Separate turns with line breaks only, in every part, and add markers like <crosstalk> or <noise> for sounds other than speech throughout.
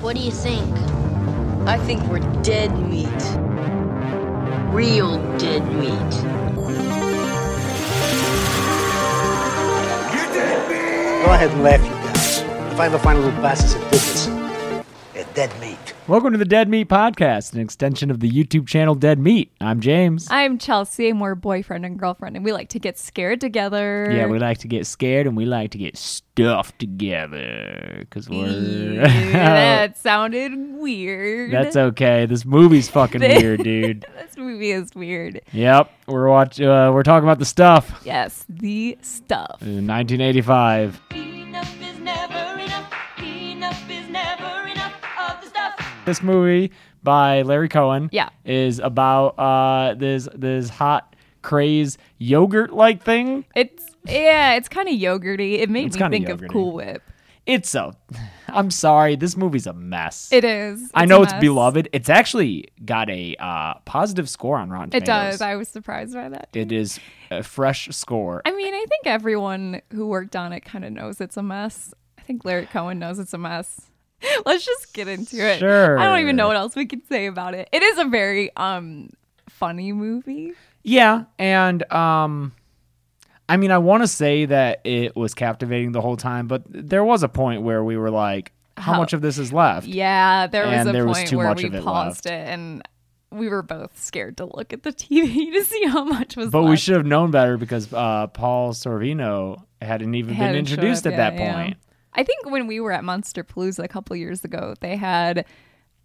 What do you think?
I think we're dead meat. Real dead meat.
Go ahead and laugh, you guys. If I ever find a little bastard that did this, they're dead meat.
Welcome to the Dead Meat Podcast, an extension of the YouTube channel Dead Meat. I'm James.
I'm Chelsea, and we're boyfriend and girlfriend, and we like to get scared together.
yeah, we like to get scared and we like to get stuffed together because we're.
<laughs>
<laughs>
that sounded weird.
That's okay. This movie's fucking weird, dude.
<laughs> this movie is weird.
Yep, we're watch. Uh, we're talking about the stuff.
Yes, the stuff.
in 1985.
Enough is never enough. Enough is never enough of the stuff.
This movie by Larry Cohen.
Yeah.
is about uh this this hot craze yogurt like thing.
It's yeah, it's kind of yogurty. It made
It's
me
kinda
think of
yogurty.
Cool Whip.
It's a. <sighs> I'm sorry, this movie's a mess.
It is.
I
a
know it's
mess.
beloved. It's actually got a uh, positive score on Rotten
It
Tomatoes.
does. I was surprised by that.
It is a fresh score.
I mean, I think everyone who worked on it kind of knows it's a mess. I think Larry Cohen knows it's a mess. <laughs> Let's just get into it. I don't even know
Sure.
what else we could say about it. It is a very um funny movie.
yeah, and um, I mean, I want to say that it was captivating the whole time, but there was a point where we were like, "How,
How-
much of this is left?"
Yeah, there was
And
a
there was
point
too
where
much
we
of it
paused it and we were both scared to look at the <laughs> TV to see how much was
But
left.
we should have known better because uh, Paul Sorvino hadn't even been
Hadn't
introduced
showed
at
up,
that
yeah, yeah.
point.
I think when we were at Monster Palooza a couple years ago, they had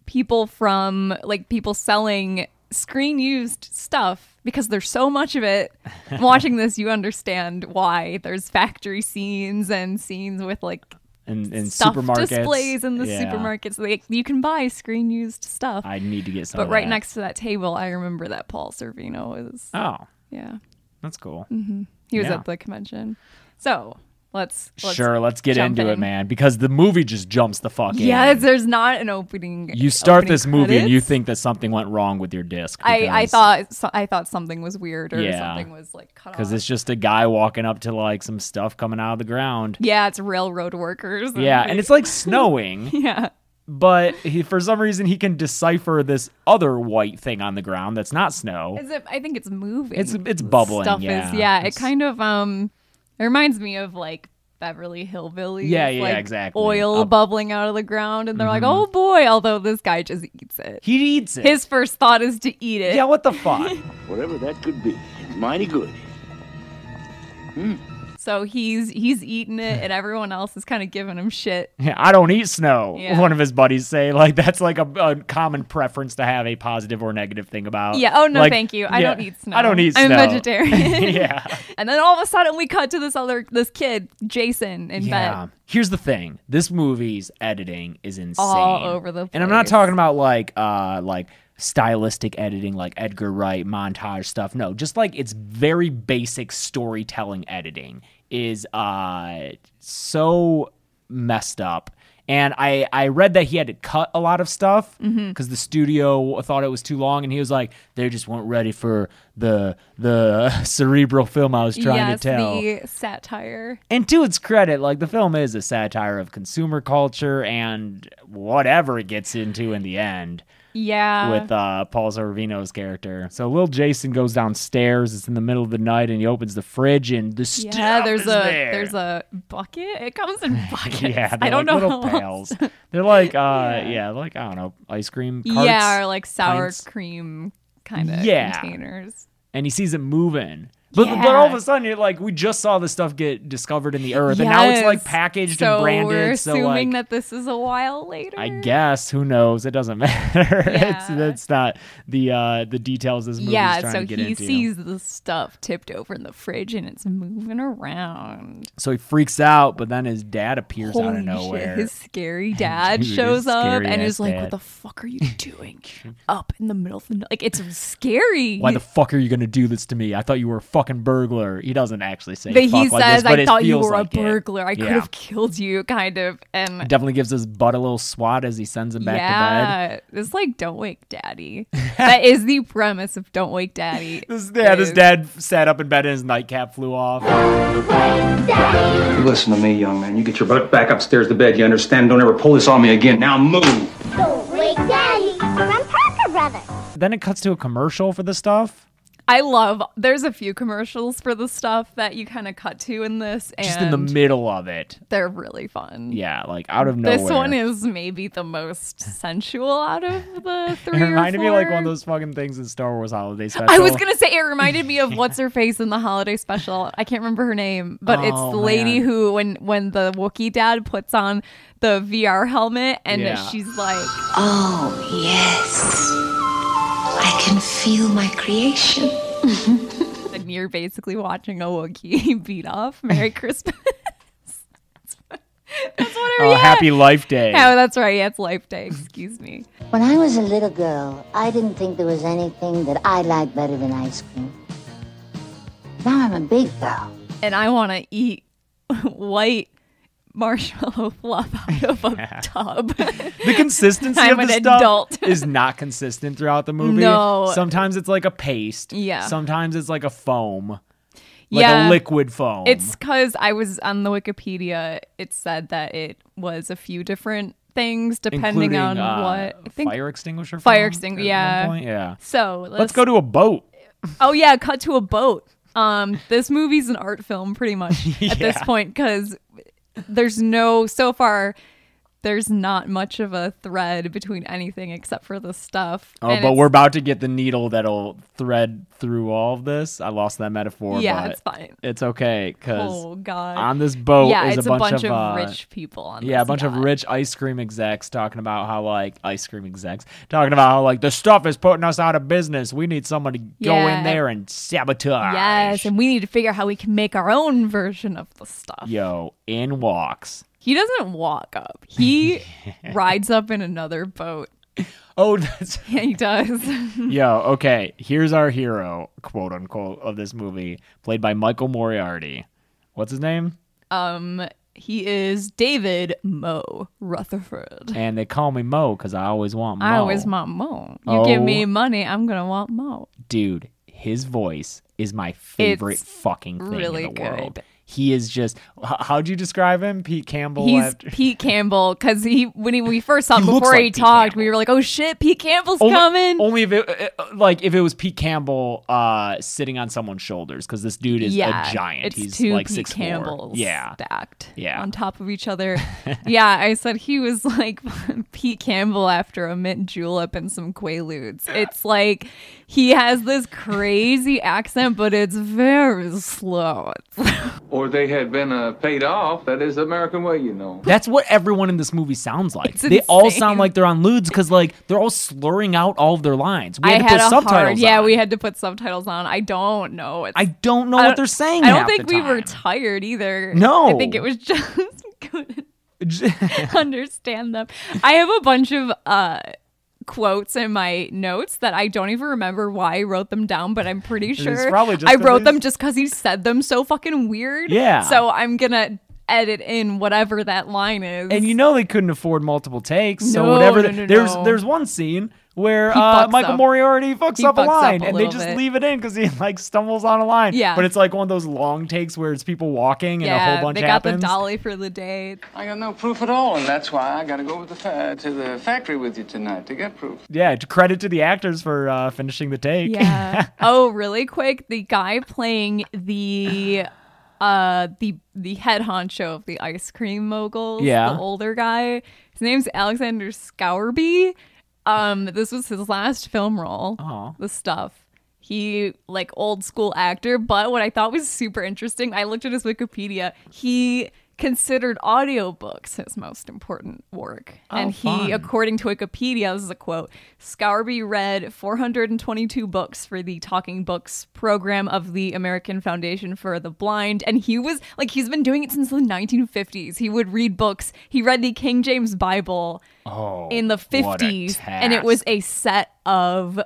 people from like people selling screen used stuff because there's so much
<laughs>
of it. Watching this, you understand why there's factory scenes and scenes with like
And, and
stuff
supermarkets
displays in the
Yeah.
supermarkets. They, you can buy screen used stuff.
I need to get some.
but
of
right
that.
next to that table, I remember that Paul Servino was.
Oh,
Yeah,
that's cool.
he was
Yeah.
at the convention. So let's, let's
sure, let's get
jump
into it,
in.
man, because the movie just jumps the fuck in.
Yeah, there's not an opening.
You start
opening
this movie and you
credits.
think that something went wrong with your disc.
I, I
because-
thought so, I thought something was weird or
Yeah.
something was like cut off.
because it's just a guy walking up to like some stuff coming out of the ground.
yeah, it's railroad workers.
Yeah, and
they-
it's like snowing,
<laughs> yeah,
but he, for some reason he can decipher this other white thing on the ground that's not snow.
As if- I think it's moving.
It's- it's bubbling,
Stuff
yeah.
is yeah.
It's-
It kind of um, it reminds me of like Beverly Hillbillies.
Yeah, yeah,
like,
exactly.
Oil
Up- Mm-hmm.
bubbling out of the ground, and they're like, oh boy. Although this guy just eats it.
He eats it.
His first thought is to eat it.
yeah, what
<laughs>
the fuck?
Whatever that could be, it's mighty good.
So he's he's eating it, and everyone else is kind of giving him shit.
Yeah, <laughs> I don't eat snow.
Yeah.
One of his buddies say like that's like a, a common preference to have a positive or negative thing about.
Yeah. Oh no,
Like,
thank you. I
yeah,
don't eat snow.
I don't eat snow. <laughs>
I'm a vegetarian.
yeah.
And then all of a sudden, we cut to this other this kid, Jason, in
Yeah.
bed.
Here's the thing. This movie's editing is insane.
All over the
And I'm not
place.
talking about like uh like stylistic editing like Edgar Wright montage stuff. No, just like it's very basic storytelling editing is uh so messed up. And I, I read that he had to cut a lot of stuff because
Mm-hmm.
the studio thought it was too long, and he was like, they just weren't ready for the the <laughs> cerebral film I was trying
yes,
to tell
the E satire.
and to its credit, like the film is a satire of consumer culture and whatever it gets into in the end
Yeah.
with uh, Paul Sorvino's character. So little Jason goes downstairs. It's in the middle of the night, and he opens the fridge, and the stuff
yeah, there's a
is there.
there's a bucket. It
<laughs>
comes in <laughs> buckets.
yeah,
I
they're like
don't know.
little
how
pails.
<laughs> else-
They're like, uh, yeah. like I don't know, ice cream. Carts.
Yeah, or like sour
pints.
cream kind of
Yeah.
containers.
and he sees it moving. But, but
Yeah.
all of a sudden, you're like, we just saw this stuff get discovered in the earth, and now it's like
Yes.
packaged
so
and branded.
We're
so
assuming
like,
that this is a while later.
I guess who knows? It doesn't <laughs> matter. it's,
Yeah.
that's not the uh, the details this movie is
Yeah,
trying
so
to get
he
into.
sees the stuff tipped over in the fridge and it's moving around.
so he freaks out, but then his dad appears out
Holy
of
shit,
nowhere.
his scary
<laughs>
dad
Dude, his
shows up
scary
and
ass
is like,
dad.
"What the fuck
<laughs>
are you doing up in the middle of the night? Like it's scary."
Why the fuck are you gonna do this to me? I thought you were a fucking burglar. He doesn't actually say
But he
fuck like this,
says,
but
I
it
thought you
feels
were
like
a
it.
burglar. I could
Yeah.
have killed you, kind of. And
Definitely gives his butt a little swat as he sends him back to bed.
yeah, it's like Don't Wake
<laughs>
Daddy. that is the premise of Don't Wake Daddy.
This, yeah, this
is-
dad sat up in bed and his nightcap flew off.
You Listen to me, young man. You get your butt back upstairs to bed. You understand? Don't ever pull this on me again. Now move.
Don't wake daddy from Parker Brothers.
Then it cuts to a commercial for the stuff.
I love. There's a few commercials for the stuff that you kind of cut to in this, and
Just in the middle of it.
they're really fun.
Yeah, like out of nowhere.
This one is maybe the
<laughs>
most sensual out of the
It
three. or
reminded me like one of
four.
those fucking things in Star Wars Holiday Special.
<laughs> I was gonna say it reminded me
<laughs>
of what's her face in the holiday special. I can't remember her name, but it's
Oh,
the lady
man.
who when when the Wookiee dad puts on the VR helmet and
Yeah.
she's like,
Oh, yes. I can feel my creation.
<laughs> and you're basically watching a Wookiee <laughs> beat off.
<laughs>
Merry Christmas. <laughs> that's what I
Oh, Happy
<laughs>
Life Day.
Oh, that's right. Yeah, it's Life Day. Excuse me.
When I was a little girl, I didn't think there was anything that I liked better than ice cream. Now I'm a big girl.
And I want to eat <laughs> white marshmallow <laughs> fluff out of a tub.
<laughs>
<laughs>
the consistency
I'm
of the
an
stuff
adult. <laughs>
is not consistent throughout the movie.
No.
Sometimes it's like a paste.
Yeah.
Sometimes it's like a foam. Like
Yeah.
a liquid foam.
It's because I was on the Wikipedia. It said that it was a few different things depending
Including,
on
uh,
what. I think.
fire extinguisher.
Fire
foam
extingu-
at one
yeah.
point? Yeah.
So let's,
Let's go to a boat.
Oh yeah, cut to a boat. Um, this movie's an art film pretty
<laughs>
much at this point because there's no so far. There's not much of a thread between anything except for the stuff.
Oh,
And
but
it's-
we're about to get the needle that'll thread through all of this. I lost that metaphor.
yeah,
but
it's fine.
It's okay because
Oh god.
on this boat
yeah,
is
it's
a bunch,
of,
uh,
rich people on.
Yeah, a
this
bunch of
yacht.
rich ice cream execs talking about how like ice cream execs talking about how like the stuff is putting us out of business. We need someone to go
Yeah.
in there and sabotage.
Yes, and we need to figure out how we can make our own version of the stuff.
Yo, in walks.
He doesn't walk up.
<laughs>
He rides up in another boat.
Oh, <laughs> that's
Yeah, he does.
<laughs> yo. Okay, here's our hero, quote unquote, of this movie, played by Michael Moriarty. What's his name?
he is David Mo Rutherford.
And they call me Mo because I always want Mo.
I always want Mo. You give
Oh.
me money, I'm gonna want Mo.
dude, his voice is my favorite
It's
fucking thing
really
in the world.
good.
He is just. H- how'd you describe him, Pete Campbell?
He's
after-
Pete Campbell because he when he, we first saw him
He looks
before
like
he
Pete
talked, we
Campbell.
were like, "Oh shit, Pete Campbell's
only,
coming!"
Only if it uh, uh, like if it was Pete Campbell uh, sitting on someone's shoulders because this dude is
yeah,
a giant.
It's
He's
two
like
Pete
six
Campbells,
Yeah,
stacked,
Yeah.
on top of
<laughs>
each other. yeah, I said he was <laughs> like Pete Campbell after a mint julep and some quaaludes. It's like he has this crazy accent, but it's very slow.
Or they had been uh, paid off. That is the American way, you know.
that's what everyone in this movie sounds like.
It's
they all
insane.
sound like they're on ludes because like they're all slurring out all of their lines. We
I
had to
had
put
a
subtitles.
hard. Yeah,
on.
we had to put subtitles on. I don't know. It's,
I don't know
I
what
don't-
they're saying.
I don't
half the
think we were
time.
tired either.
No.
I think it was <laughs> just couldn't
<laughs>
understand them. I have a bunch of uh quotes in my notes that I don't even remember why I wrote them down, but I'm pretty sure
probably just
I
'cause
wrote them
he's-
just because he said them so fucking weird.
Yeah.
So I'm gonna edit in whatever that line is.
and you know they couldn't afford multiple takes, so
No,
whatever.
no,
the-
no,
there's
no.
there's one scene where
He
uh,
fucks
Michael
up.
Moriarty fucks
He
up a
fucks up
line,
a
and they
little
just
bit.
leave it in because he like stumbles on a line.
Yeah.
but it's like one of those long takes where it's people walking and
yeah,
a whole bunch
they got
happens.
the dolly for the day.
I got no proof at all, and that's why I got to go with the fa- to the factory with you tonight to get proof.
yeah, to credit to the actors for uh, finishing the take.
Yeah. oh, really quick, the guy playing the uh the the head honcho of the ice cream moguls,
Yeah.
the older guy. His name's Alexander Scourby. Um, this was his last film role.
Aw.
The stuff. He like old school actor, but what I thought was super interesting, I looked at his Wikipedia. He considered audiobooks his most important work. and he,
Oh, fun.
according to Wikipedia, this is a quote Scourby read 422 books for the Talking Books program of the American Foundation for the Blind. And he was like, he's been doing it since the 1950s. He would read books. He read the King James Bible
Oh,
in the
what a
50s and it was
task.
a set of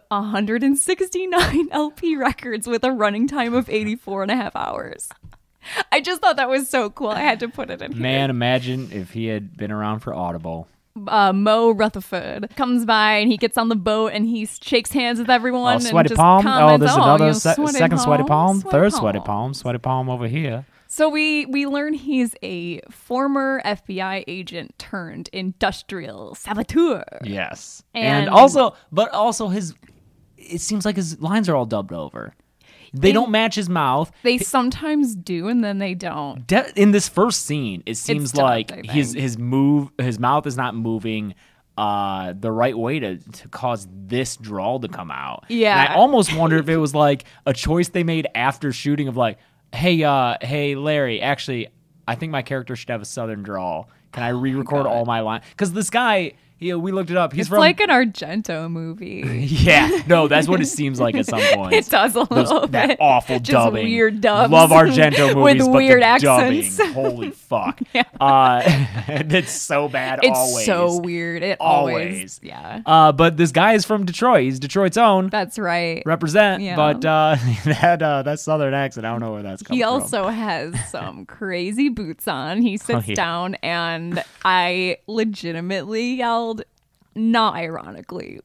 <laughs> 169 LP records with a running time of 84 and a half hours. I just thought that was so cool. I had to put it in
<laughs>
here.
Man, imagine if he had been around for Audible.
Uh, Mo Rutherford comes by and he gets on the boat and he shakes hands with everyone.
Oh, sweaty
and just
palm. Oh,
comments,
there's
"Oh,
another
you
se-
sweaty
second sweaty palm, third sweaty
palm."
palm, sweaty palm over here.
So we we learn he's a former FBI agent turned industrial saboteur.
Yes.
And-
And, also, but also his, it seems like his lines are all dubbed over. They don't match his mouth.
They sometimes do and then they don't.
De- in this first scene, it seems
dubbed, I
like
think.
his his move his mouth is not moving uh the right way to, to cause this drawl to come out. And
Yeah.
I almost wonder if it was like a choice they made after shooting of like, hey, uh, hey Larry, actually I think my character should have a southern drawl. Can I
Oh
re record all my lines? Because this guy, you know, we looked it up. He's
It's
from
like an Argento movie. <laughs>
Yeah. No, that's what it seems like at some point.
it does a
Those-
little bit.
that awful
Just
dubbing.
weird dubs.
Love Argento movies,
<laughs> with
but
weird
the
accents. <laughs>
dubbing. Holy fuck! uh, <laughs> that's so bad.
It's
always.
so weird. It
Always.
always, yeah.
Uh, but this guy is from Detroit. He's Detroit's own.
That's right.
Represent.
Yeah.
But uh, <laughs> that uh, that Southern accent, I don't know where that's coming
He
from.
also has
<laughs>
some crazy boots on. He sits
Oh, yeah.
down, and I legitimately yelled, not ironically,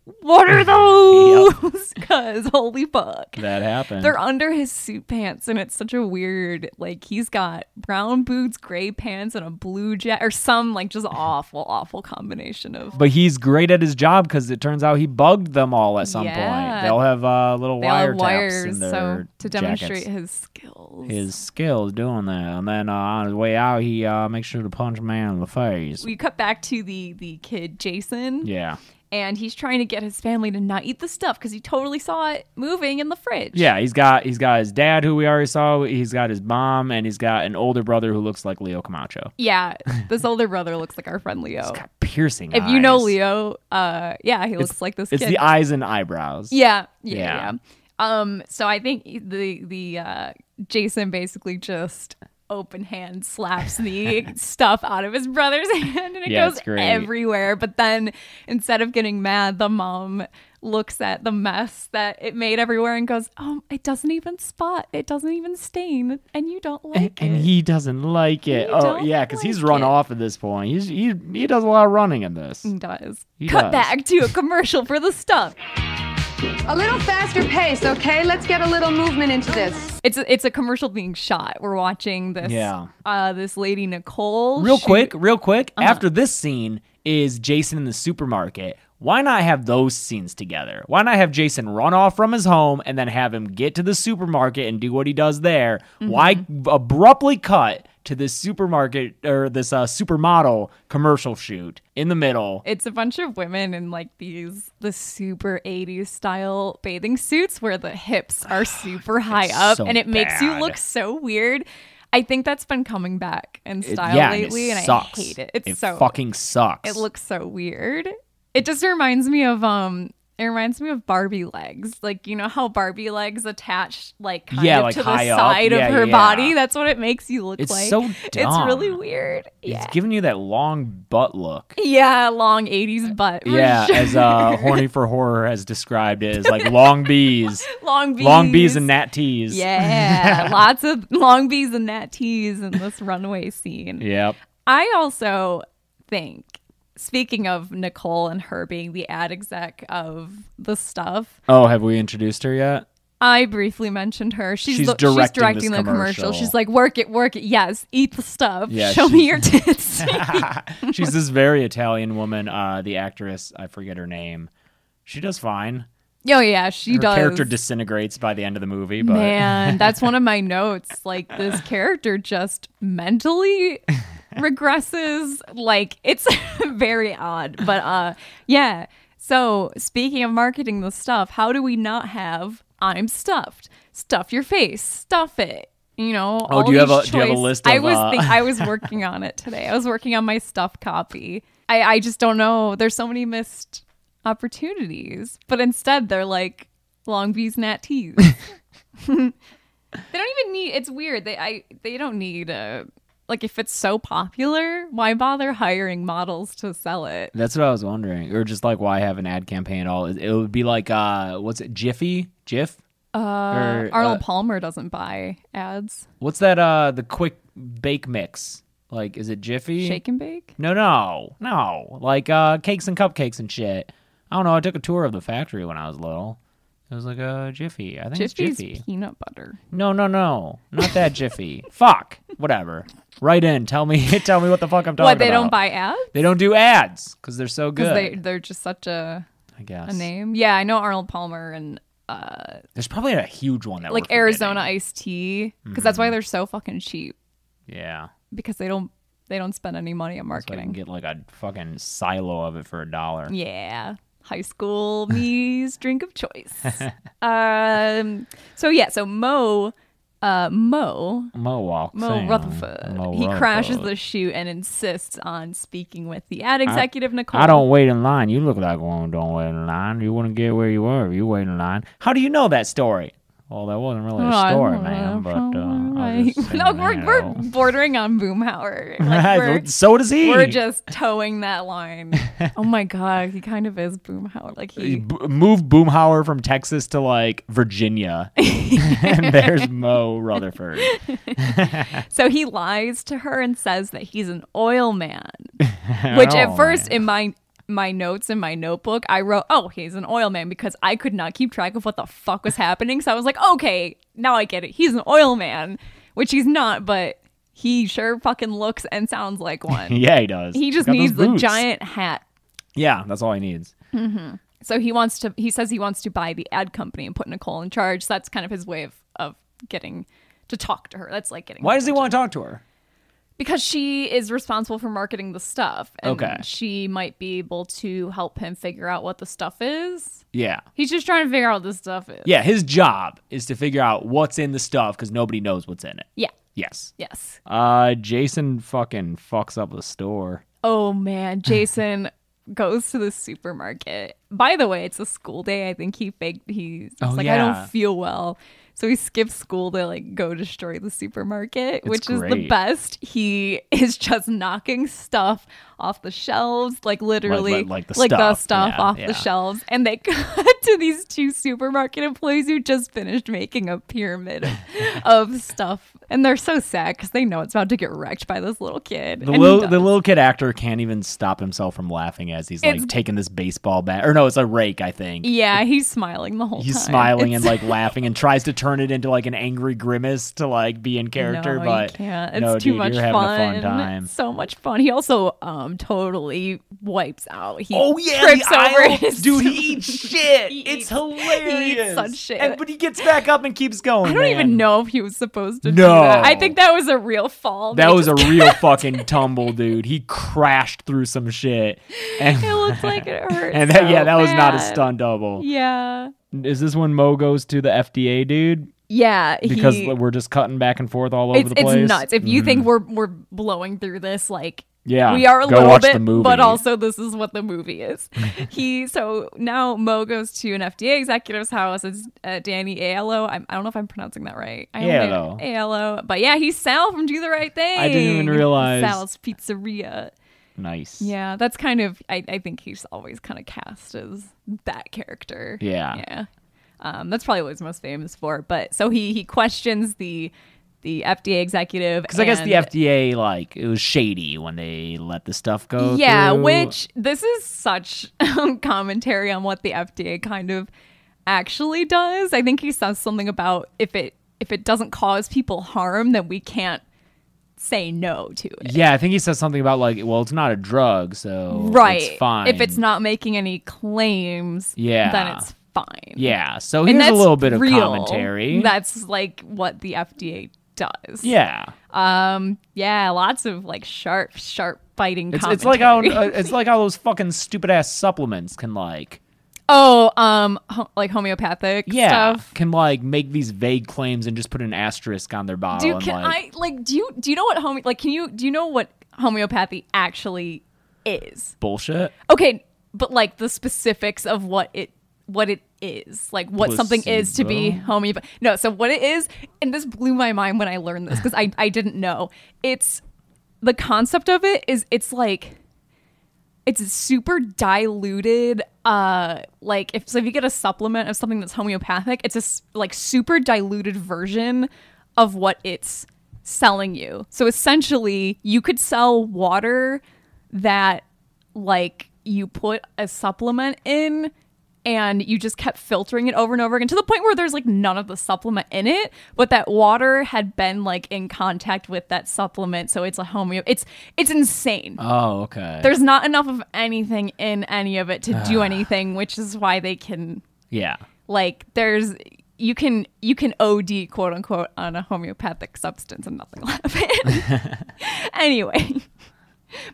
<laughs>
"What are those?" <laughs> Because holy fuck.
that happened.
They're under his suit pants, and it's such a weird. Like he's got brown boots, gray pants, and a blue jacket, or some like just awful, awful combination of.
but he's great at his job because it turns out he bugged them all at some
Yeah.
point. They'll have uh, little
They all have
wiretaps in
wires,
their
so to demonstrate
jackets.
his skills,
his skills doing that. And then uh, on his way out, he uh, makes sure to punch a man in the face.
we cut back to the the kid Jason,
yeah.
and he's trying to get his family to not eat the stuff because he totally saw it moving in the fridge.
Yeah, he's got he's got his dad who we already saw, he's got his mom, and he's got an older brother who looks like Leo Camacho.
yeah.
<laughs>
This older brother looks like our friend Leo.
Piercing.
If you know
eyes.
Leo, uh, yeah, he looks like this
It's
kid.
the eyes and eyebrows.
Yeah, yeah, yeah.
Yeah.
Um, so I think the the uh, Jason basically just open hand
<laughs>
slaps the stuff out of his brother's <laughs> hand, and it
Yeah,
goes
it's great.
everywhere. But then instead of getting mad, the mom looks at the mess that it made everywhere and goes, "Oh, it doesn't even spot. It doesn't even stain, and you don't
And,
like
and
it."
he doesn't like it.
He
oh
don't
yeah, because he's
like
run
it.
off at this point. He's, he he does a lot of running in this.
He <laughs> does.
He
Cut
does.
back to a commercial for the stuff.
A little faster pace, okay? Let's get a little movement into this.
It's a, it's a commercial being shot. We're watching this.
Yeah.
Uh, this lady Nicole.
Oh, Real
shoot- Uh-huh.
quick, real quick. After this scene is Jason in the supermarket. Why not have those scenes together? Why not have Jason run off from his home and then have him get to the supermarket and do what he does there? Why
Mm-hmm.
abruptly cut to this supermarket or this uh, supermodel commercial shoot in the middle?
It's a bunch of women in like these the super 80s style bathing suits where
<sighs>
the hips are super high up
so
and it makes you
bad.
look so weird. I think that's been coming back in
It-
style
yeah, and it
lately and,
sucks.
I hate it. It's
it
so
fucking sucks.
it looks so weird. It just reminds me of um it reminds me of Barbie legs. Like you know how Barbie legs attach like kind
Yeah,
of
like
to the
high up.
side
Yeah,
of her
yeah.
body. That's what it makes you look
It's
like.
so
It's really
dumb.
weird. Yeah.
It's giving you that long butt look.
yeah, long 80s butt. for
Yeah,
sure.
as uh, horny for horror has described it as
<laughs>
like long bees,
long bees.
long bees and nat tees. <laughs>
Yeah, lots of long bees and nat tees in this runway scene.
Yep.
I also think, speaking of Nicole and her being the ad exec of the stuff,
Oh, have we introduced her yet?
I briefly mentioned her. She's,
She's
the- she's
directing
directing
this
the commercial.
commercial.
She's like, work it, work it. Yes, eat the stuff.
Yeah,
Show me
<laughs>
your tits. <laughs>
She's this very Italian woman, uh, the actress, I forget her name. She does fine.
oh, yeah, she
Her
does.
character disintegrates by the end of the movie, but <laughs>
Man, that's one of my notes. Like this character just
<laughs>
mentally regresses. Like it's <laughs> very odd. But uh yeah. So speaking of marketing the stuff, how do we not have I'm stuffed? Stuff your face. Stuff it. you know.
Oh,
all
do you have
these
a- do you have a
choice-
list
I
of,
was
uh, <laughs>
think- I was working on it today. I was working on my stuff copy. I I just don't know. There's so many missed opportunities, but instead they're like long B's nat T's. they don't even need. It's weird. They I they don't need a. Like if it's so popular, why bother hiring models to sell it?
That's what I was wondering, or just like why have an ad campaign at all? It, it would be like, uh, what's it, Jiffy, Jiff?
Uh,
Or, uh,
Arnold Palmer doesn't buy ads.
What's that? Uh, the quick bake mix. Like, is it Jiffy?
Shake and bake.
No, no, no. Like uh, cakes and cupcakes and shit. I don't know. I took a tour of the factory when I was little. It was like a Jiffy. I think
Jiffy's
it's Jiffy.
peanut butter.
No, no, no. Not that
<laughs>
Jiffy. Fuck. Whatever. Write in. Tell me. <laughs> Tell me what the fuck I'm talking
What they
about.
don't buy ads
They don't do ads because they're so
because
good.
they they're just such a
I guess.
a name. Yeah, I know Arnold Palmer and uh
There's probably a huge one that we're
like
forgetting.
Arizona iced tea because that's
Mm.
why they're so fucking cheap
Yeah.
because they don't they don't spend any money on
So I can
marketing.
get like a fucking silo of it for a dollar.
Yeah.
<laughs>
High school me's drink of choice. um so yeah, so Mo uh Mo
Mo walk.
Mo Rutherford. He crashes the shoot and insists on speaking with the ad executive Nicole.
I don't wait in line. You look like one who don't wait in line. You wouldn't get where you were if you wait in line. How do you know that story? Well, that wasn't really
Oh,
a
I
story,
don't
man. But uh, I was
Right. <laughs>
just
no,
saying,
we're,
you <laughs>
we're
know.
bordering
<laughs>
on Boomhauer. Like, we're,
so does he.
we're just towing that line.
<laughs>
oh my god, he kind of is Boomhauer. Like he,
B- move Boomhauer from Texas to like
<laughs>
Virginia, and there's Mo Rutherford.
so he lies to her and says that he's an
<laughs>
oil man. Which
Oh,
at first in my my notes in my notebook, I wrote, "Oh, he's an oil man" because I could not keep track of what the fuck was happening. So I was like, "Okay, now I get it. He's an oil man," which he's not, but he sure fucking looks and
<laughs>
sounds like one.
yeah, he does.
He
He's
just
got those
needs the
boots.
giant hat.
Yeah, that's all he needs.
So he wants to. He says he wants to buy the ad company and put Nicole in charge. So that's kind of his way of of getting to talk to her. That's like getting
Why does he want to talk to her?
because she is responsible for marketing the stuff. And
Okay.
she might be able to help him figure out what the stuff is.
Yeah.
He's just trying to figure out what this stuff is.
Yeah, his job is to figure out what's in the stuff because nobody knows what's in it.
Yeah.
Yes.
Yes.
Uh, Jason fucking fucks up the store. <laughs>
Oh man, Jason goes to the supermarket. By the way, it's a school day. I think he faked. He's
Oh,
like, I
yeah.
don't feel well, so he skips school to like go destroy the supermarket, which is the
great.
best. He <laughs> is just knocking stuff off the shelves, like literally,
like- like the stuff. Yeah,
off
yeah.
the shelves. And they <laughs> cut to these two supermarket employees who just finished making a
<laughs>
pyramid of, of stuff, and they're so sad because they know it's about to get wrecked by this little kid.
The
And he
little
does.
the little kid actor can't even stop himself from laughing as he's like
It's-
taking this baseball bat or no, it's a rake, I think.
Yeah, he's smiling the whole
He's
time.
smiling and like
It's-
laughing and tries to turn it into like an angry grimace to like be in character,
<laughs> no,
but
you can't. It's
no,
too
dude,
much
you're having
fun.
a fun time.
So much fun. He also um totally wipes out. He
Oh yeah,
trips
the
over
aisle.
his
dude.
<laughs>
He eats shit.
He
it's
eats- he
hilarious.
such shit.
And, but he gets back up and keeps going.
I don't even know if he was supposed to do
No.
that. I think that was a real fall.
That
They
was a
just- <laughs>
real fucking tumble, dude. He crashed through some shit, and
It looks like it hurts.
<laughs> and that, yeah,
so
that was not a
bad.
stunt double.
Yeah.
Is this when Mo goes to the FDA, dude?
Yeah, he-
Because we're just cutting back and forth all over
it's,
the place. Mm.
it's nuts. If
Mm-hmm.
you think we're we're blowing through this, like
Yeah,
we are a
go
little
watch
bit,
the movie.
but also this is what the movie is. <laughs> he so now Mo goes to an FDA executive's house. It's uh, Danny Aiello. I'm, I don't know if I'm pronouncing that right. I only-
Aiello.
Aiello. But yeah, he's Sal from Do the Right Thing.
I didn't even realize.
Sal's Pizzeria.
Nice.
Yeah, that's kind of. I, I think he's always kind of cast as that character.
Yeah.
yeah. Um, that's probably what he's most famous for. But so he he questions the the FDA executive
Because I guess the
and-
FDA, like, it was shady when they let the stuff go.
Yeah,
through.
which this is such um, commentary on what the FDA kind of actually does. I think he says something about if it if it doesn't cause people harm, then we can't say no to it.
Yeah, I think he says something about like, well, it's not a drug, so
right.
it's fine.
If it's not making any claims,
Yeah.
then it's fine.
yeah. So
and
here's a
that's
little bit of
real.
commentary.
That's like what the FDA does.
yeah,
Um. Yeah. Lots of like sharp, sharp biting.
it's it's like how
commentary.
uh, it's like how those fucking stupid ass supplements can like
<laughs> Oh, um, ho- like homeopathic
yeah,
stuff.
can like make these vague claims and just put an asterisk on their bottle.
Do you,
and,
can
like,
I like? Do you do you know what home like? Can you do you know what homeopathy actually is?
bullshit?
Okay, but like the specifics of what it what it is, like what something is to be
Placebo?
homeop. No, so what it is, and this blew my mind when I learned this because I I didn't know. It's the concept of it is it's like it's a super diluted uh like if so if you get a supplement of something that's homeopathic it's a s- like super diluted version of what it's selling you so essentially you could sell water that like you put a supplement in and you just kept filtering it over and over again to the point where there's like none of the supplement in it but that water had been like in contact with that supplement so it's a homeo it's it's insane
Oh, okay.
there's not enough of anything in any of it to do anything, which is why they can
yeah.
like there's you can you can OD quote unquote on a homeopathic substance and nothing <laughs> will happen.
<laughs>
anyway.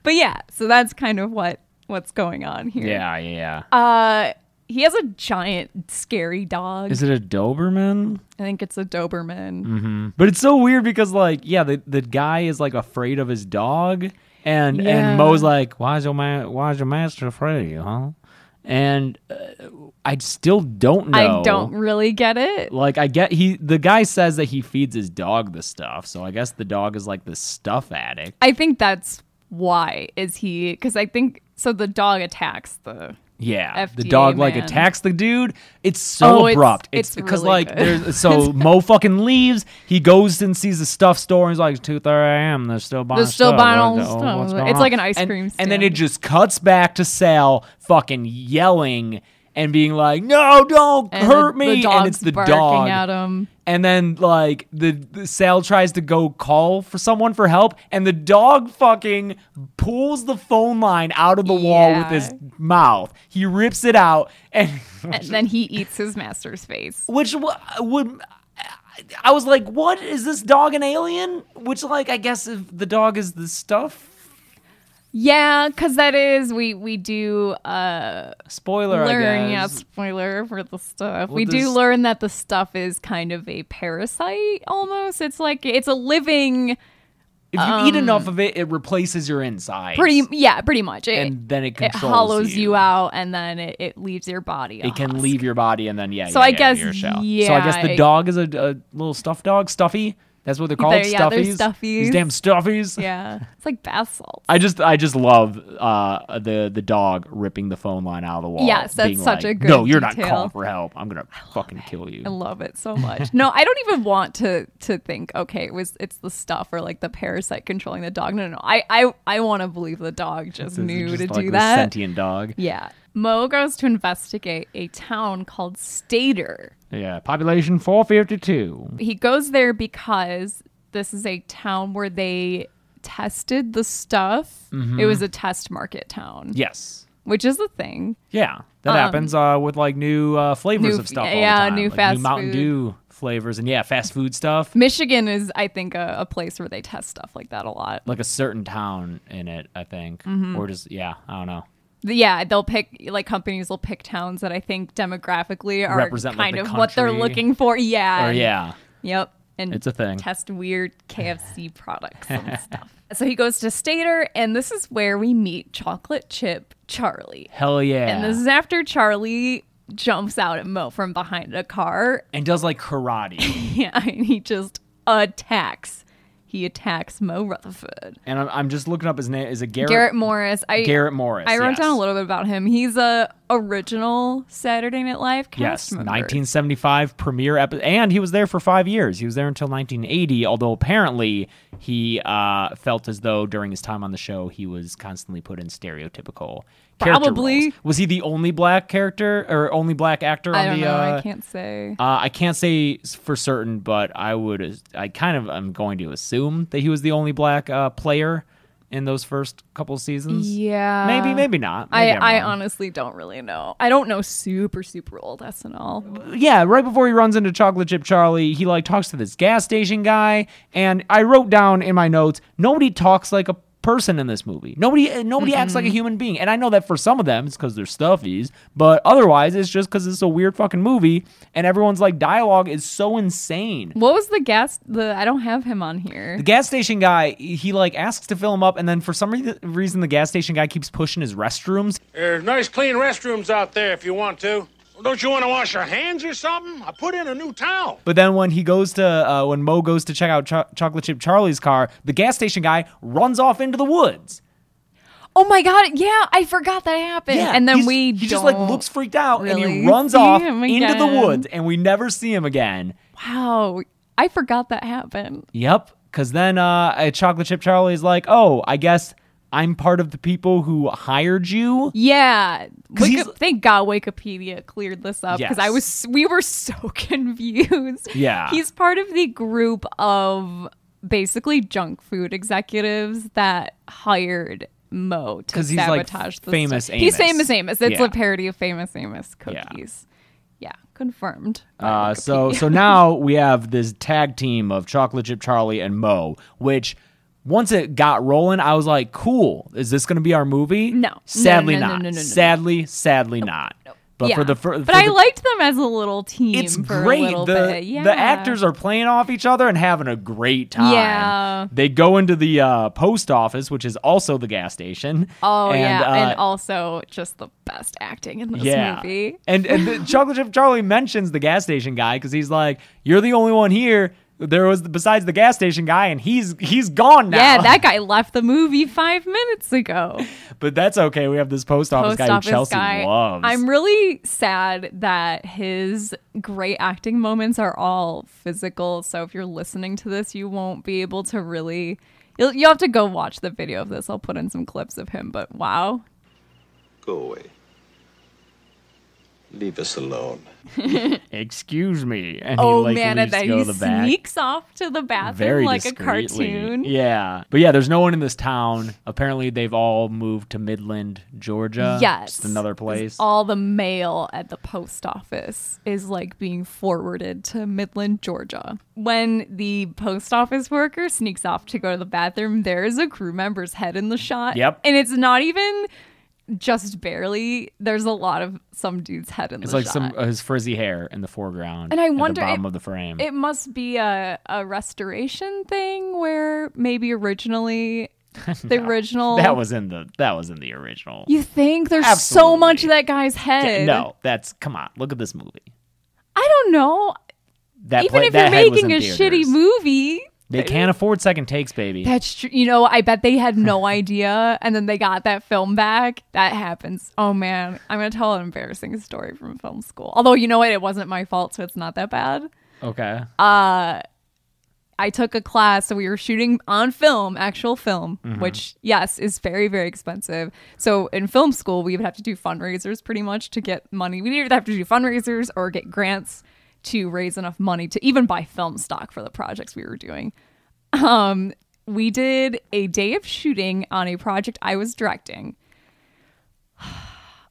But yeah, so that's kind of what what's going on here.
Yeah, yeah.
Uh he has a giant scary dog.
Is it Mm-hmm. a Doberman?
I think it's a Doberman.
But it's so weird because like, yeah, the, the guy is like afraid of his dog, and
Yeah.
and Mo's like, why is your ma- why is your master afraid of you, huh? And uh, I still don't know.
I don't really get it.
Like I get he the guy says that he feeds his dog the stuff, so I guess the dog is like the stuff addict.
I think that's why is he because I think so the dog attacks the
Yeah, the
FDA
dog like
man.
attacks the dude. It's so
Oh, it's-
abrupt. It's,
it's
because
really
like
good.
there's
<laughs>
so Mo fucking leaves. He goes and sees the stuff store. and He's like, two thirty a.m. They're still buying.
They're still
stuff.
buying
What
all
the-
the
oh,
stuff.
what's
It's
going
like
on?"
an ice
And-
cream
And then it
stand.
just cuts back to Sal fucking yelling and being like, "No, don't
and the-
hurt
the,
me!"
dog's
and it's the
barking
dog.
at him.
And then like the, the Sal tries to go call for someone for help, and the dog fucking pulls the phone line out of the wall with
Yeah.
his mouth. He rips it out, and <laughs>
and then he eats his master's face.
which w- would I was like, what is this dog an alien? Which like I guess if the dog is the stuff.
Yeah, because that is we we do uh
Spoiler, I guess.
learn. Yeah, spoiler for the stuff. we
this-
do learn that the stuff is kind of a parasite almost. It's like it's a living
If you eat enough of it, it replaces your insides.
Um, pretty yeah pretty much. It,
and then it
it
controls
hollows you.
you
out and then it, it leaves your body. a
It can
husk.
leave your body and then yeah.
So
yeah,
I
yeah,
guess,
your shell. So I
yeah,
guess the
it-
dog is a, a little stuffed dog, stuffy. That's what they're called,
They're- yeah, they're
stuffies. These
stuffies.
damn stuffies.
<laughs> Yeah, it's like bath salts.
I just I just love uh, the the dog ripping the phone line out of the wall.
Yes, that's
being
such
like,
a good
No, you're not
detail."
calling for help. I'm gonna fucking kill you.
I love
<laughs>
it so much. No, I don't even want to to think. Okay, it was it's the stuff or like the parasite controlling the dog. No, no, no. I I I want to believe the dog just
This is
knew
just
to
like
do
this
that.
Sentient dog.
Yeah, Mo goes to investigate a town called Stater.
Yeah, population 452.
He goes there because this is a town where they tested the stuff. It
Mm-hmm.
was a test market town,
Yes.
which is a thing.
Yeah, that
Um,
happens uh, with like new uh, flavors
new-
of stuff. all the
yeah,
time,
new
like
fast
Mountain
food.
Dew flavors and yeah, fast food stuff.
Michigan is, I think, a, a place where they test stuff like that a lot.
like a certain town in it, I think,
Mm-hmm.
or just yeah, I don't know.
yeah they'll pick like companies will pick towns that i think demographically are
Represent, like,
kind
the
of what they're
country.
looking for yeah
Or
and-
yeah,
yep and
It's a thing.
test weird
<laughs>
kfc products and stuff so he goes to stater and this is where we meet chocolate chip charlie
hell yeah,
and this is after charlie jumps out at mo from behind a car <laughs>
and does like karate,
yeah, and he just attacks he attacks mo rutherford
and I'm, I'm just looking up his name. Is it Garrett?
Garrett Morris. I
Garrett Morris,
I wrote
yes.
down a little bit about him. He's a original Saturday Night Live
Yes,
cast member.
1975 premiere episode, and he was there for five years. He was there until 1980. Although apparently he uh, felt as though during his time on the show he was constantly put in stereotypical. character
Probably.
roles. was he the only black character or only black actor
I
on
don't
the?
know.
uh,
I can't say.
Uh, I can't say s- for certain, but I would. I kind of. I'm going to assume that he was the only black uh, player in those first couple seasons.
yeah.
Maybe. Maybe not.
I,
Maybe I'm
I
wrong.
honestly don't really know. I don't know super, super old SNL.
yeah, right before he runs into Chocolate Chip Charlie, he like talks to this gas station guy, and I wrote down in my notes, nobody talks like a person in this movie. Nobody eh, nobody acts like a human being. And I know that for some of them it's because they're stuffies, but otherwise it's just because it's a weird fucking movie and everyone's like dialogue is so insane.
What was the gas? The I don't have him on here.
The gas station guy, he like asks to fill him up, and then for some re- reason, the gas station guy keeps pushing his restrooms.
There's nice clean restrooms out there if you want to. Well, don't you want to wash your hands or something? I put in a new towel.
But then when he goes to uh, when Mo goes to check out Cho- Chocolate Chip Charlie's car, the gas station guy runs off into the woods.
Oh my god! Yeah, I forgot that happened. and then
he's-
we
he just like
don't
looks freaked out and
really
he runs
see
off
him
into the
again.
woods, and we never see him again.
Wow, I forgot that happened.
Yep. Because then uh, uh, Chocolate Chip Charlie is like, oh, I guess I'm part of the people who hired you.
Yeah,
'Cause
Wiki-
he's-
thank God Wikipedia cleared this up because I was we were so <laughs> confused.
Yeah.
he's part of the group of basically junk food executives that hired Mo to
'Cause he's, like,
sabotage the
famous
stuff. He's
Amos.
famous Amos. It's
Yeah.
a parody of famous Amos cookies. Yeah, confirmed.
Uh, so so now we have this tag team of Chocolate Chip Charlie and Mo, which once it got rolling, I was like, "Cool, is this going to be our movie?"
No.
sadly
No, no, no,
not.
no, no, no, no.
sadly, sadly not. But
Yeah.
for the fir- for,
but I
the-
liked them as a little team.
it's
for a
great.
little
The
bit. Yeah.
the actors are playing off each other and having a great time.
Yeah.
they go into the uh, post office, which is also the gas station.
Oh
and,
yeah,
uh,
and also just the best acting in this movie.
And and
<laughs>
the Chocolate Chip Charlie mentions the gas station guy because he's like, "You're the only one here." There was besides the gas station guy, and he's he's gone now.
Yeah, that guy left the movie five minutes ago.
<laughs> But that's okay. We have Oh, this post office
Post
guy
office
who Chelsea
guy.
loves.
I'm really sad that his great acting moments are all physical. So if you're listening to this, you won't be able to really. You'll, you'll have to go watch the video of this. I'll put in some clips of him. But wow,
Go away. Leave us alone.
Excuse me. And
oh
he, like,
man,
leaves
and then
to go
he
to the back.
sneaks off to the bathroom
Very
like a
discreetly.
cartoon.
Yeah, but yeah, there's no one in this town. Apparently, they've all moved to Midland, Georgia.
Yes.
just another place.
All the mail at the post office is like being forwarded to Midland, Georgia. When the post office worker sneaks off to go to the bathroom, there is a crew member's head in the shot.
Yep.
And it's not even just barely, there's a lot of some dude's head in
it's
the
like
shot.
some uh, his frizzy hair in the foreground.
and I
at
wonder
the bottom
it,
of the frame.
it must be a, a restoration thing where
<laughs>
maybe originally the original
that was in the that was in the original.
You think there's so
Absolutely.
much of that guy's head?
Yeah, no, that's come on. Look at this movie.
I don't know.
That
Even
play-
if
that
you're
head was in
making a
theaters.
shitty movie,
they can't afford second takes, baby.
that's true. You know, I bet they
<laughs>
had no idea, and then they got that film back. That happens. Oh man, I'm gonna tell an embarrassing story from film school. Although you know what, it wasn't my fault, so it's not that bad.
okay.
Uh, I took a class, so we were shooting on film, actual film,
Mhm.
which yes is very very expensive. So in film school, we would have to do fundraisers pretty much to get money. We either have to do fundraisers or get grants to raise enough money to even buy film stock for the projects we were doing. Um, we did a day of shooting on a project I was directing. <sighs>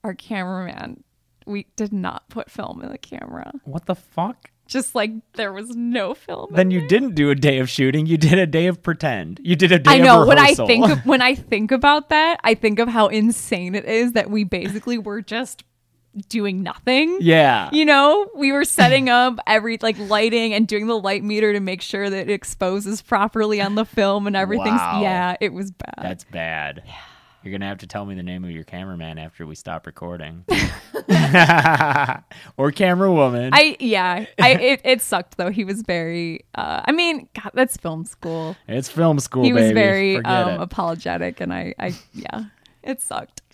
Our cameraman, we did not put film in the camera.
What the fuck?
Just like there was no film. in
Then you didn't do a day of shooting. You did a day of pretend. You did a day.
I know
Of
when I
rehearsal.
think of, when I think about that, I think of how insane it is that we basically were just doing nothing.
<laughs> Yeah.
You know, we were setting up every like lighting and doing the light meter to make sure that it exposes properly on the film and everything's
Wow.
yeah, it was bad.
that's bad. You're gonna have to tell me the name of your cameraman after we stop
<laughs>
recording, <laughs> or camera woman.
I yeah, I it, it sucked though. He was very uh I mean, god, that's film school.
It's film school.
he was
baby.
very
Forget
um
it.
apologetic and I I yeah, it sucked. <sighs>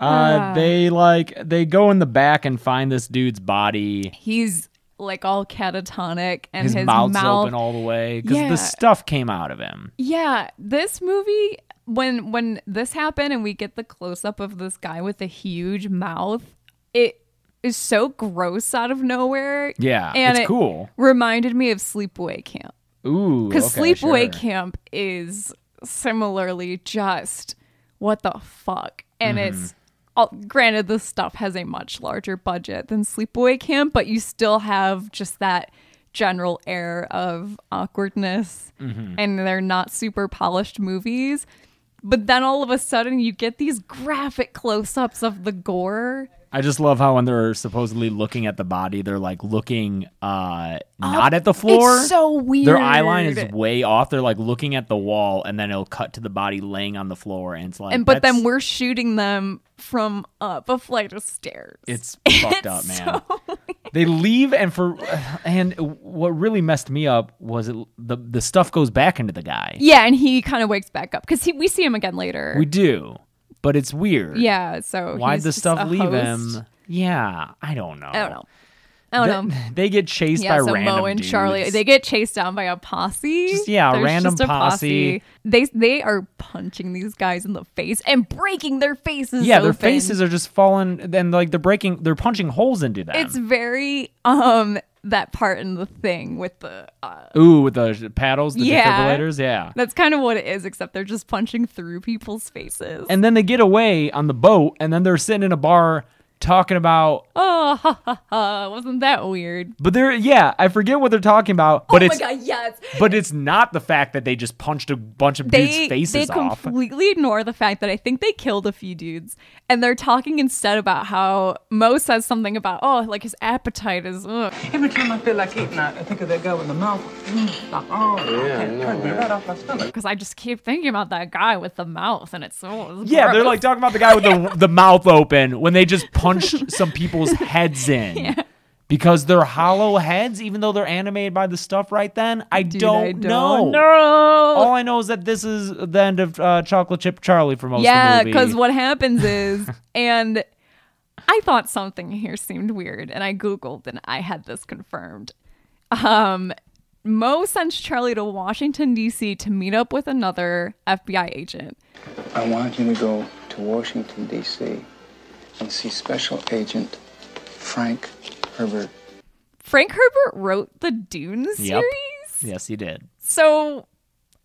Uh, they like they go in the back and find this dude's body.
He's like all catatonic and
his,
his,
mouth's
mouth
open all the way because
Yeah.
the stuff came out of him.
Yeah, this movie when when this happened and we get the close up of this guy with a huge mouth, it is so gross out of nowhere.
Yeah,
and
it's
it
cool.
Reminded me of Sleepaway Camp
Ooh,
because
okay,
Sleepaway
sure.
Camp is similarly just what the fuck, and
Mhm.
it's. all granted, this stuff has a much larger budget than Sleepaway Camp, but you still have just that general air of awkwardness
Mhm.
and they're not super polished movies. But then all of a sudden, you get these graphic close ups of the gore.
I just love how when they're supposedly looking at the body, they're like looking uh not at the floor.
it's so
Their eye line
weird.
is way off. They're like looking at the wall, and then it'll cut to the body laying on the floor, and it's like.
and but
that's-
then we're shooting them from up a flight of stairs.
<laughs>
<laughs>
It's fucked up, man. they leave, and for and what really messed me up was it the the stuff goes back into the guy.
Yeah, and he kind of wakes back up because we see him again later.
We do, but it's weird.
Yeah, so
why'd
Oh, he's
the
just a
stuff leave
host.
him? Yeah, I don't know.
I don't know. I don't
They-
know.
<laughs> They get chased
yeah,
by
so
random
Mo and
dudes.
Charlie they get chased down by a posse.
Just- yeah, a
There's
random
just a
posse.
They they are punching these guys in the face and breaking their faces.
yeah, their
open.
faces are just falling, and like they're breaking, they're punching holes into them.
It's very um that part in the thing with the uh,
Ooh, with the paddles, the
yeah
defibrillators, yeah.
That's kind of what it is, except they're just punching through people's faces.
And then they get away on the boat, and then they're sitting in a bar talking about.
oh, ha, ha, ha. wasn't that weird?
But they're yeah, I forget what they're talking about. But
oh
it's
my god, yes.
but it's not the fact that they just punched a bunch of
They
dudes' faces
they
off.
completely ignore the fact that I think they killed a few dudes, and they're talking instead about how Mo says something about oh like his appetite is ugh.
Every time I feel like eating, I I think of that guy with the mouth. Mm, like, oh,
Yeah, I
it
know,
turned me
yeah.
right off my stomach.
because I just keep thinking about that guy with the mouth, and it's oh, it's
Yeah, they're
gross.
like talking about the guy with the the mouth open when they just
<laughs>
punched some people's heads in. Because they're hollow heads, even though they're animated by the stuff right then. I, don't,
I don't
know.
know.
All I know is that this is the end of uh, Chocolate Chip Charlie for most of
yeah
the movie.
because
<laughs>
what happens is and i thought something here seemed weird and i googled and i had this confirmed um mo sends charlie to washington d.c to meet up with another fbi agent
I want you to go to Washington, D.C. and see Special Agent Frank Herbert.
frank herbert wrote the dune series
Yep. Yes, he did.
so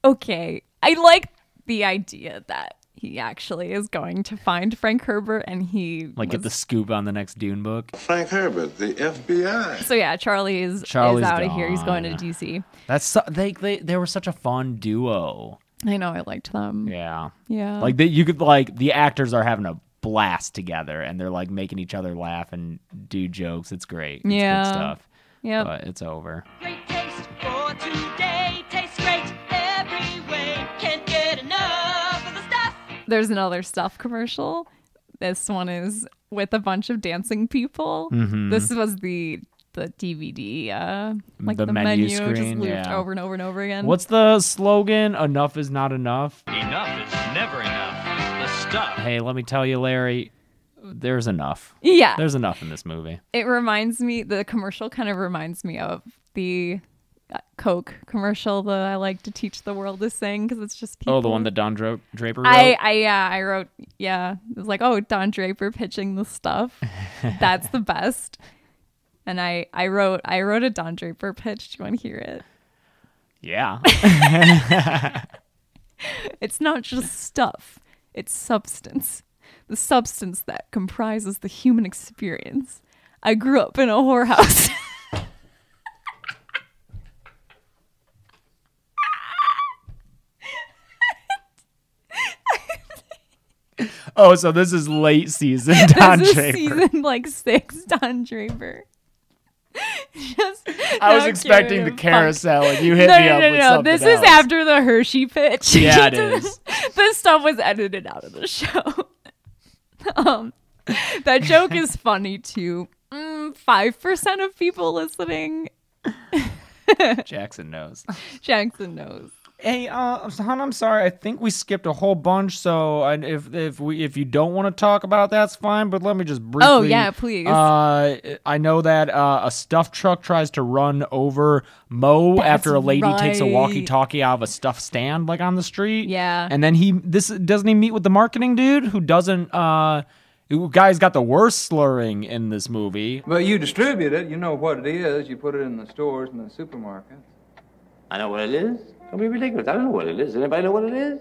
okay i like the idea that he actually is going to find frank herbert and he
Like get the scoop on the next Dune book.
Frank Herbert, the FBI.
so yeah charlie is
Charlie's
is out of here he's going to
gone.
dc
That's so, they, they they were such a fun duo.
I know I liked them.
Yeah.
Yeah.
Like that you could like the actors are having a blast together and they're like making each other laugh and do jokes. It's great. It's
Yeah.
good stuff.
Yep.
But it's over.
Great taste for today. Tastes great every way. Can't get enough of the stuff.
There's another stuff commercial. This one is with a bunch of dancing people.
Mhm.
This was the the DVD, uh, like
The
the,
menu
menu, just
screen,
looped
yeah.
over and over and over again.
What's the slogan? Enough is not enough.
Enough is never enough. The stuff.
Hey, let me tell you, Larry, there's enough.
Yeah.
There's enough in this movie.
it reminds me? The commercial kind of reminds me of the uh, Coke commercial that I like to teach the world to sing because it's just people.
Oh, the one that Don Dra- Draper wrote?
I, I yeah, I wrote yeah. It was like, oh, Don Draper pitching
<laughs>
the stuff. That's the best. And I I wrote I wrote a Don Draper pitch. Do you want to hear it?
yeah.
It's not just stuff. It's substance. The substance that comprises the human experience. I grew up in a whorehouse.
<laughs>
<laughs>
oh, so this is late season Don
<laughs> this
Draper.
is season like six Don Draper. <laughs> Just
I was
not
expecting
giving
the
a fuck.
carousel and you hit
no,
me
no,
up
no,
with
no.
something
This
else.
is after the Hershey pitch.
Yeah, it is.
<laughs> this stuff was edited out of the show. <laughs> um, that joke is funny to five percent of people listening.
Jackson knows.
Jackson knows.
Hey, uh, hon, I'm sorry. I think we skipped a whole bunch. So I, if if we if you don't want to talk about, it, that's fine. But let me just briefly.
Oh, yeah, please.
Uh, I know that uh, a stuffed truck tries to run over Mo after a lady takes a
right.
walkie-talkie out of a stuffed stand, like on the street.
Yeah.
And then he this doesn't he meet with the marketing dude who doesn't. Uh, who guy's got the worst slurring in this movie.
But you distribute it. You know what it is. You put it in the stores and the supermarkets.
I know what it is. Don't be ridiculous. I don't know what it is. Anybody know what it is?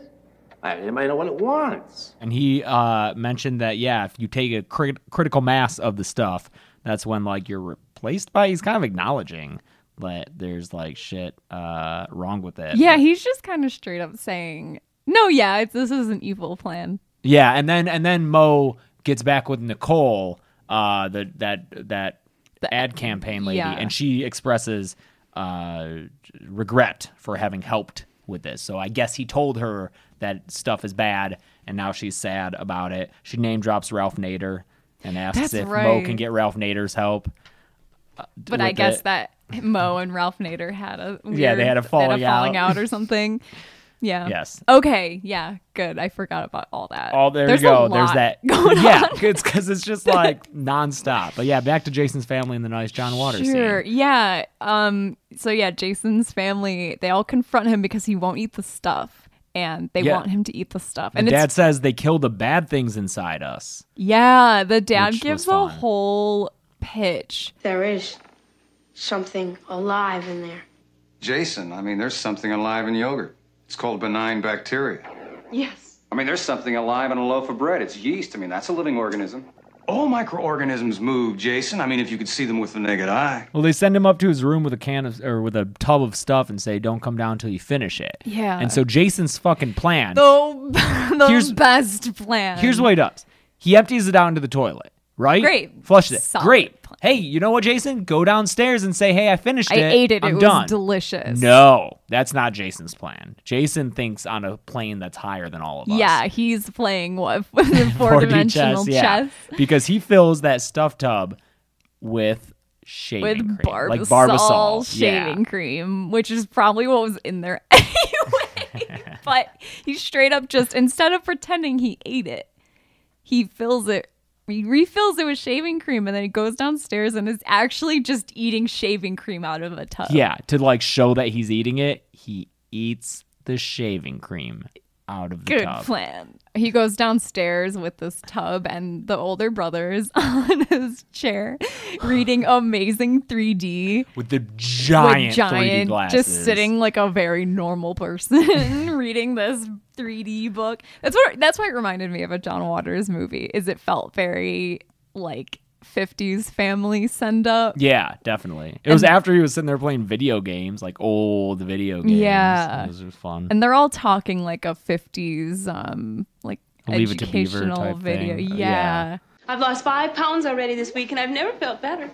I, anybody know what it wants?
And he uh, mentioned that yeah, if you take a crit- critical mass of the stuff, that's when like you're replaced by. He's kind of acknowledging that there's like shit uh, wrong with it.
Yeah, he's just kind of straight up saying, No, yeah, it's, this is an evil plan.
Yeah, and then and then Mo gets back with Nicole, uh, the that that ad campaign lady,
yeah.
and she expresses uh, regret for having helped with this. So I guess he told her that stuff is bad, and now she's sad about it. She name drops Ralph Nader and asks
That's
if Mo
right.
can get Ralph Nader's help. uh, d-
But I
with
guess
it.
that Mo and Ralph Nader had a weird,
Yeah, they had a falling out. <laughs>
falling out or something. Yeah.
Yes.
Okay. Yeah. Good. I forgot about all that.
Oh, there
There's
you go.
A lot
There's that.
<laughs> going
yeah,
on.
it's because it's
<laughs>
just like nonstop. But yeah, back to Jason's family and the nice John Waters
Sure.
scene.
Yeah. Um. So yeah, Jason's family they all confront him because he won't eat the stuff, and they
Yeah.
want him to eat the stuff.
And
And
Dad
it's
says they kill the bad things inside us.
yeah, the dad
Which
gives
was
a
fine.
whole pitch.
There is something alive in there.
Jason, I mean, there's something alive in yogurt. It's called benign bacteria.
Yes.
I mean, there's something alive in a loaf of bread. It's yeast. I mean, that's a living organism. All microorganisms move, Jason. I mean, if you could see them with the naked eye.
Well, they send him up to his room with a can of or with a tub of stuff and say, "Don't come down until you finish it."
Yeah.
And so Jason's fucking plan.
The, <laughs> the
Here's-
best plan.
Here's what he does. He empties it out into the toilet, right?
Great.
Flushes it.
Solid
Great. Hey, you know what, Jason? Go downstairs and say, "Hey, I finished
I
it.
ate it.
I'm
it was
done."
delicious.
No, that's not Jason's plan. Jason thinks on a plane that's higher than all of us.
Yeah, he's playing what <laughs> four
4D
dimensional chess, <laughs>
yeah. Because he fills that stuff tub with shaving
with
cream.
barbasol,
like barbasol
shaving
Yeah.
cream, which is probably what was in there <laughs>
<laughs>
anyway. but he straight up just instead of pretending he ate it, he fills it. He refills it with shaving cream and then he goes downstairs and is actually just eating shaving cream out of a tub.
Yeah, to like show that he's eating it, he eats the shaving cream out of the
Good
tub.
plan. He goes downstairs with this tub and the older brother is <laughs> on his chair
<sighs>
reading amazing 3D.
With the giant,
with
3D glasses.
just sitting like a very normal person <laughs> reading this 3D book. That's what that's why it reminded me of a John Waters movie. Is it felt very like 50s family send up.
Yeah, definitely. It was
And-
after he was sitting there playing video games, like old video games.
Yeah.
It was just fun.
And they're all talking like a 50s um like
Leave It to Beaver
educational
type
video.
thing. Uh,
Yeah.
I've lost five pounds already this week, and I've never felt better.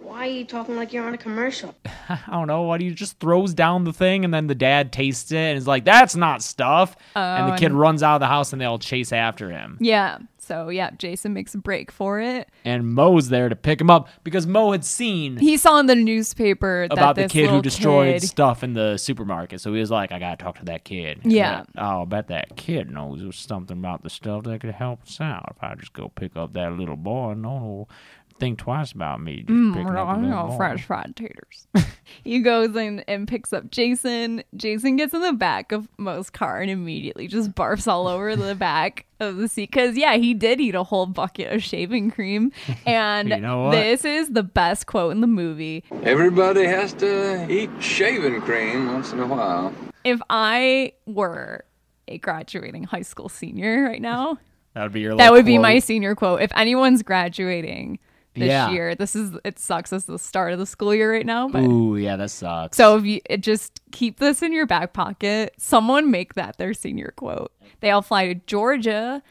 Why are you talking like you're on a commercial?
I don't know. Why do you just throws down the thing and then the dad tastes it and is like, that's not stuff. and the
Oh,
kid
and-
runs out of the house and they all chase after him.
Yeah. So yeah, Jason makes a break for it.
And Mo's there to pick him up because Mo had seen
He saw in the newspaper that
about the
this
kid who
little
destroyed
kid-
stuff in the supermarket. So he was like, I gotta talk to that kid.
Yeah.
Oh, I bet that kid knows something about the stuff that could help us out. If I just go pick up that little boy, no one will think twice about me. Just
Mm,
picking up
I
the little
know,
boy.
French fried taters. <laughs> he goes in and picks up Jason. Jason gets in the back of Mo's car and immediately just barfs all
<laughs>
over the back of the seat. Because, yeah, he did eat a whole bucket of
<laughs>
shaving cream. And
You know what?
this is the best quote in the movie.
Everybody has to eat shaving cream once in a while.
If I were a graduating high school senior right now,
That would be your
that
little
would be my
quote.
senior quote. If anyone's graduating this
Yeah.
year, this is it sucks. This is the start of the school year right now, but
Ooh, yeah, that sucks.
So if you it just keep this in your back pocket, someone make that their senior quote. They all fly to Georgia.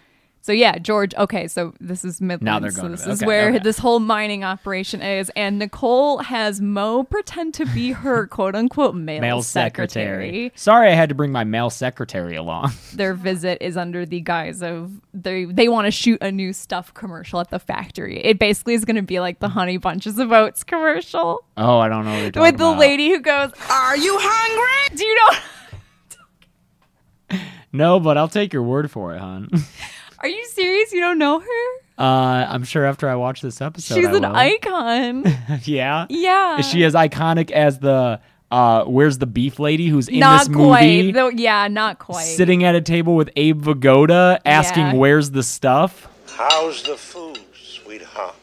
So yeah, George. Okay, so this is Midland.
Now they're
so
going to
this
Mid-
is
okay,
where
okay.
this whole mining operation is, and Nicole has Mo pretend to be
<laughs>
her quote unquote male,
mail secretary.
secretary.
Sorry, I had to bring my mail secretary along. <laughs>
Their visit is under the guise of they they want to shoot a new stuff commercial at the factory. It basically is going to be like the Honey Bunches of Oats commercial.
Oh, I don't know. What you're talking
with the
about.
lady who goes, "Are you hungry?" Do you know?
No, but I'll take your word for it, hon.
Are you serious? You don't know her?
<laughs> Uh, I'm sure after I watch this episode,
She's
I
an
will.
icon.
<laughs> yeah.
Yeah.
Is she as iconic as the uh, where's the beef lady who's in
not
this movie?
quite. Though, yeah, not quite.
Sitting at a table with Abe Vigoda asking
Yeah.
where's the stuff.
How's the food, sweetheart?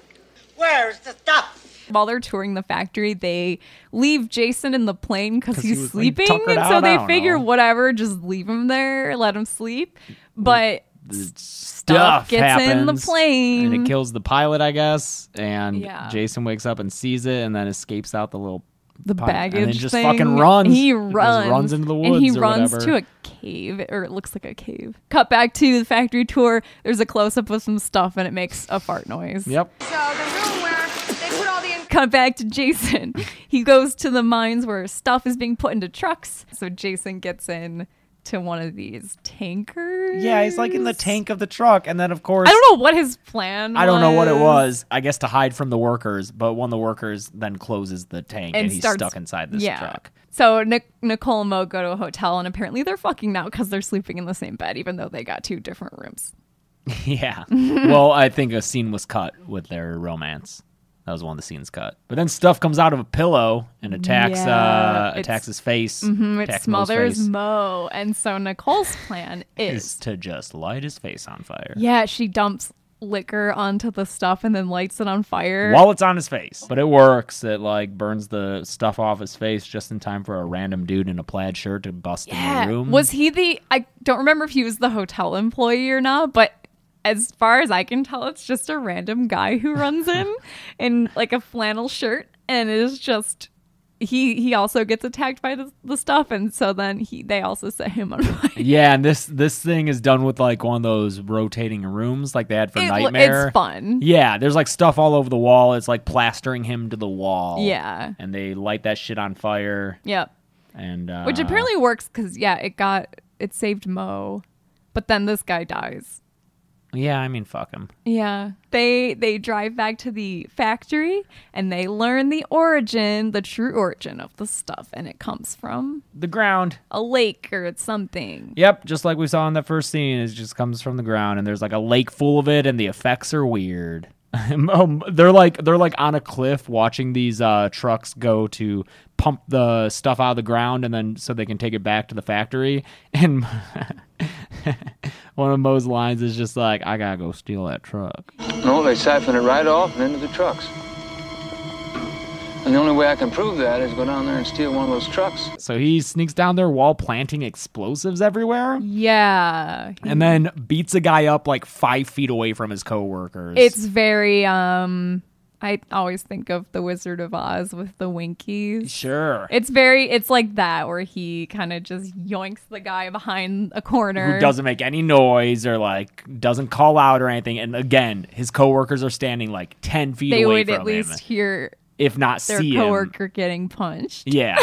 Where's the stuff? While they're touring the factory, they leave Jason in the plane because
'Cause
he's
he was, like,
sleeping,
tuckered
and
out, I
so they
don't
figure
know.
whatever, just leave him there, let him sleep. But
Stuff
gets
happens,
in the plane.
and it kills the pilot, I guess. And
Yeah.
Jason wakes up and sees it, and then escapes out the little
the
Pine-
baggage
and then just
thing.
fucking runs.
He
He just
runs.
runs into the
And he
woods or
runs
whatever.
to a cave, or it looks like a cave. Cut back to the factory tour. There's a close up of some stuff, and it makes a fart noise.
Yep.
Cut back to Jason. <laughs> He goes to the mines where stuff is being put into trucks. So Jason gets in to one of these tankers.
Yeah, he's like in the tank of the truck, and then of course
I don't know what his plan.
I don't know what it
was.
was. I guess to hide from the workers, but one of the workers then closes the tank and, he's
starts-
stuck inside this
yeah.
truck.
So Nic- Nicole and Mo go to a hotel, and apparently they're fucking now because they're sleeping in the same bed, even though they got two different rooms.
<laughs>
<laughs>
yeah. well, I think a scene was cut with their romance. That was one of the scenes cut. But then stuff comes out of a pillow and attacks
Yeah,
uh,
it's-
attacks his face.
hmm it
attacks Mo's
smothers
face,
Mo, and so Nicole's plan is,
is to just light his face on fire.
yeah, she dumps liquor onto the stuff and then lights it on fire.
While it's on his face. But it works. It like burns the stuff off his face just in time for a random dude in a plaid shirt to bust in
yeah,
the room.
was he the? I don't remember if he was the hotel employee or not, but. As far as I can tell, it's just a random guy who runs
<laughs>
in in like a flannel shirt and it is just he he also gets attacked by the, the stuff and so then he they also set him on <laughs> fire.
Yeah, and this this thing is done with like one of those rotating rooms like they had for
It lo- it's
Nightmare.
fun.
Yeah, there's like stuff all over the wall. It's like plastering him to the wall.
Yeah.
and they light that shit on fire.
Yep.
And uh,
Which apparently works because yeah, it got it saved Mo, but then this guy dies.
yeah, I mean, fuck him.
Yeah, they they drive back to the factory and they learn the origin, the true origin of the stuff, and it comes from
the ground,
a lake or it's something.
Yep, just like we saw in that first scene, it just comes from the ground, and there's like a lake full of it, and the effects are weird. <laughs> Um, they're like they're like on a cliff watching these uh, trucks go to pump the stuff out of the ground, and then so they can take it back to the factory. And <laughs> one of Mo's lines is just like, "I gotta go steal that truck."
No, they siphon it right off and into the trucks. And the only way I can prove that is go down there and steal one of those trucks.
So he sneaks down there while planting explosives everywhere,
Yeah,
and then beats a guy up like five feet away from his coworkers.
it's very um. I always think of the Wizard of Oz with the Winkies.
sure.
It's very, it's like that where he kind of just yoinks the guy behind a corner.
who doesn't make any noise or like doesn't call out or anything. And again, his coworkers are standing like ten feet
They
away
would
from
at least
him,
hear
if not
their
see him.
coworker getting punched. <laughs>
Yeah.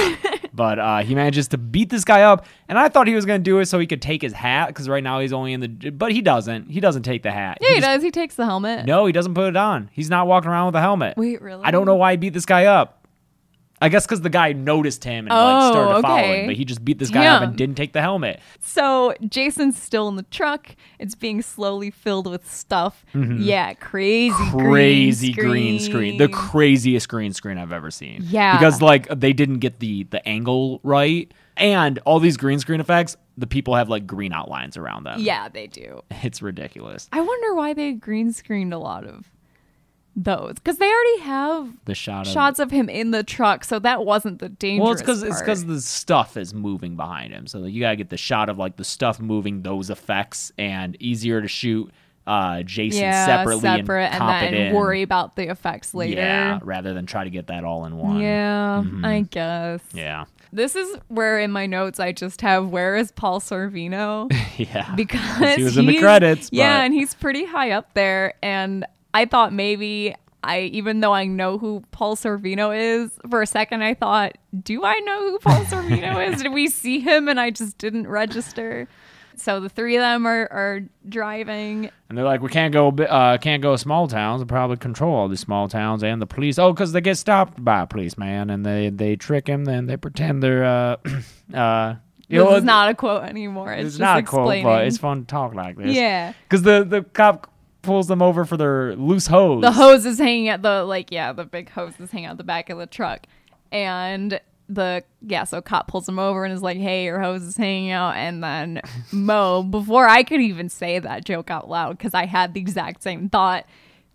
but uh, he manages to beat this guy up, and I thought he was going to do it so he could take his hat because right now he's only in the. But he doesn't. He doesn't take the hat.
Yeah, he does. He takes the helmet.
No, he doesn't put it on. He's not walking around with a helmet.
Wait, really?
I don't know why he beat this guy up. I guess because the guy noticed him and
Oh,
like started
okay.
following, but he just beat this guy up
Damn.
and didn't take the helmet.
So Jason's still in the truck. It's being slowly filled with stuff.
Mhm.
Yeah, crazy,
crazy
green,
green screen. The craziest green screen I've ever seen.
Yeah.
Because like they didn't get the the angle right. And all these green screen effects, the people have like green outlines around them.
Yeah, they do.
It's ridiculous.
I wonder why they green screened a lot of those because they already have
The shot of
shots of him in the truck, so that wasn't the dangerous.
Well, it's because it's
part.
because the stuff is moving behind him, so you gotta get the shot of like the stuff moving, those effects, and easier to shoot uh, Jason
yeah,
separately
separate,
and
and,
comp it
then
in.
worry about the effects later.
Yeah, rather than try to get that all in one.
Yeah,
Mhm.
I guess.
yeah, <laughs>
This is where in my notes I just have where is
<laughs>
Paul Sorvino?
yeah.
Because
he was in the
he's-
credits.
Yeah,
but-
and he's pretty high up there. And I thought maybe I, even though I know who Paul Sorvino is, for a second I thought, do I know
<laughs>
who Paul Sorvino is? Did we see him and I just didn't register? So the three of them are, are driving.
And they're like, we can't go, bi- uh, can't go small towns. We probably control all these small towns and the police. Oh, because they get stopped by a policeman and they they trick him. Then they pretend they're. Uh, <clears throat> uh, you
This
know,
is not a quote anymore. It's,
It's,
just
not a
explaining.
quote, but it's fun to talk like this.
Yeah.
Because the the cop pulls them over for their loose hose.
the hose is hanging at the like yeah the big hose is hanging out the back of the truck and the yeah so cop pulls him over and is like hey your hose is hanging out
<laughs>
and then mo before i could even say that joke out loud because i had the exact same thought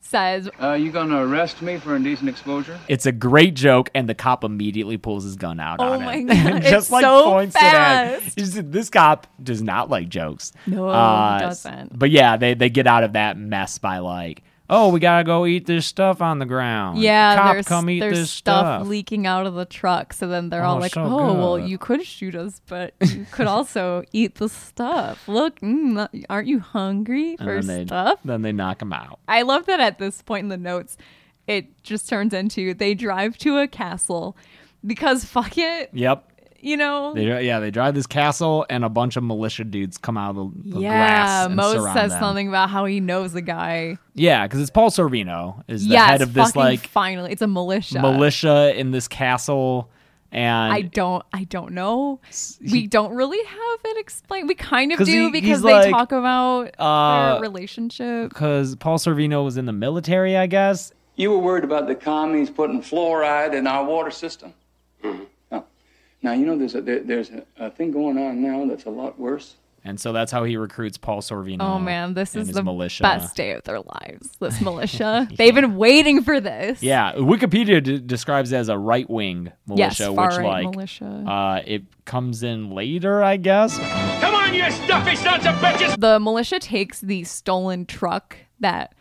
says
Uh, you gonna arrest me for indecent exposure?
It's a great joke, and the cop immediately pulls his gun out
Oh
on
my
him.
God,
<laughs> And just
it's
like
so
points it at. He's- This cop does not like jokes.
No, he
Uh,
doesn't.
But yeah, they, they get out of that mess by like, oh, we gotta go eat this stuff on the ground.
yeah,
cop,
there's,
come eat
there's
this
stuff, leaking out of the truck. So then they're all
Oh,
like,
so
"Oh, well,
good."
you could shoot us, but you
<laughs>
could also eat the stuff. Look, mm, aren't you hungry
And
for
then they,
stuff?"
Then they knock him out.
I love that at this point in the notes, it just turns into they drive to a castle because fuck it,
Yep.
you know.
They, dri- yeah, they drive this castle, and a bunch of militia dudes come out of the, the grass
yeah,
and
Mose
surround
says
them.
something about how he knows the guy.
Yeah, because it's Paul Sorvino is the
yes,
head of this
fucking
like
finally, it's a militia.
militia in this castle, and
I don't. I don't know. we don't really have it explained. We kind of
'Cause
do
he-
because
he's
they
like,
talk about
uh,
their relationship.
because Paul Sorvino was in the military, I guess.
You were worried about the commies putting fluoride in our water system. Now, now, you know, there's, a, there, there's a, a thing going on now that's a lot worse.
And so that's how he recruits Paul Sorvino.
oh man, this
and
is
his
the
militia.
best day of their lives.
<laughs>
This militia. They've been waiting for this.
Yeah, Wikipedia d- describes it as a right wing
Yes,
militia, which
far-right
like
militia.
Uh, it comes in later, I guess.
Come on, you stuffy sons of bitches!
The militia takes the stolen truck that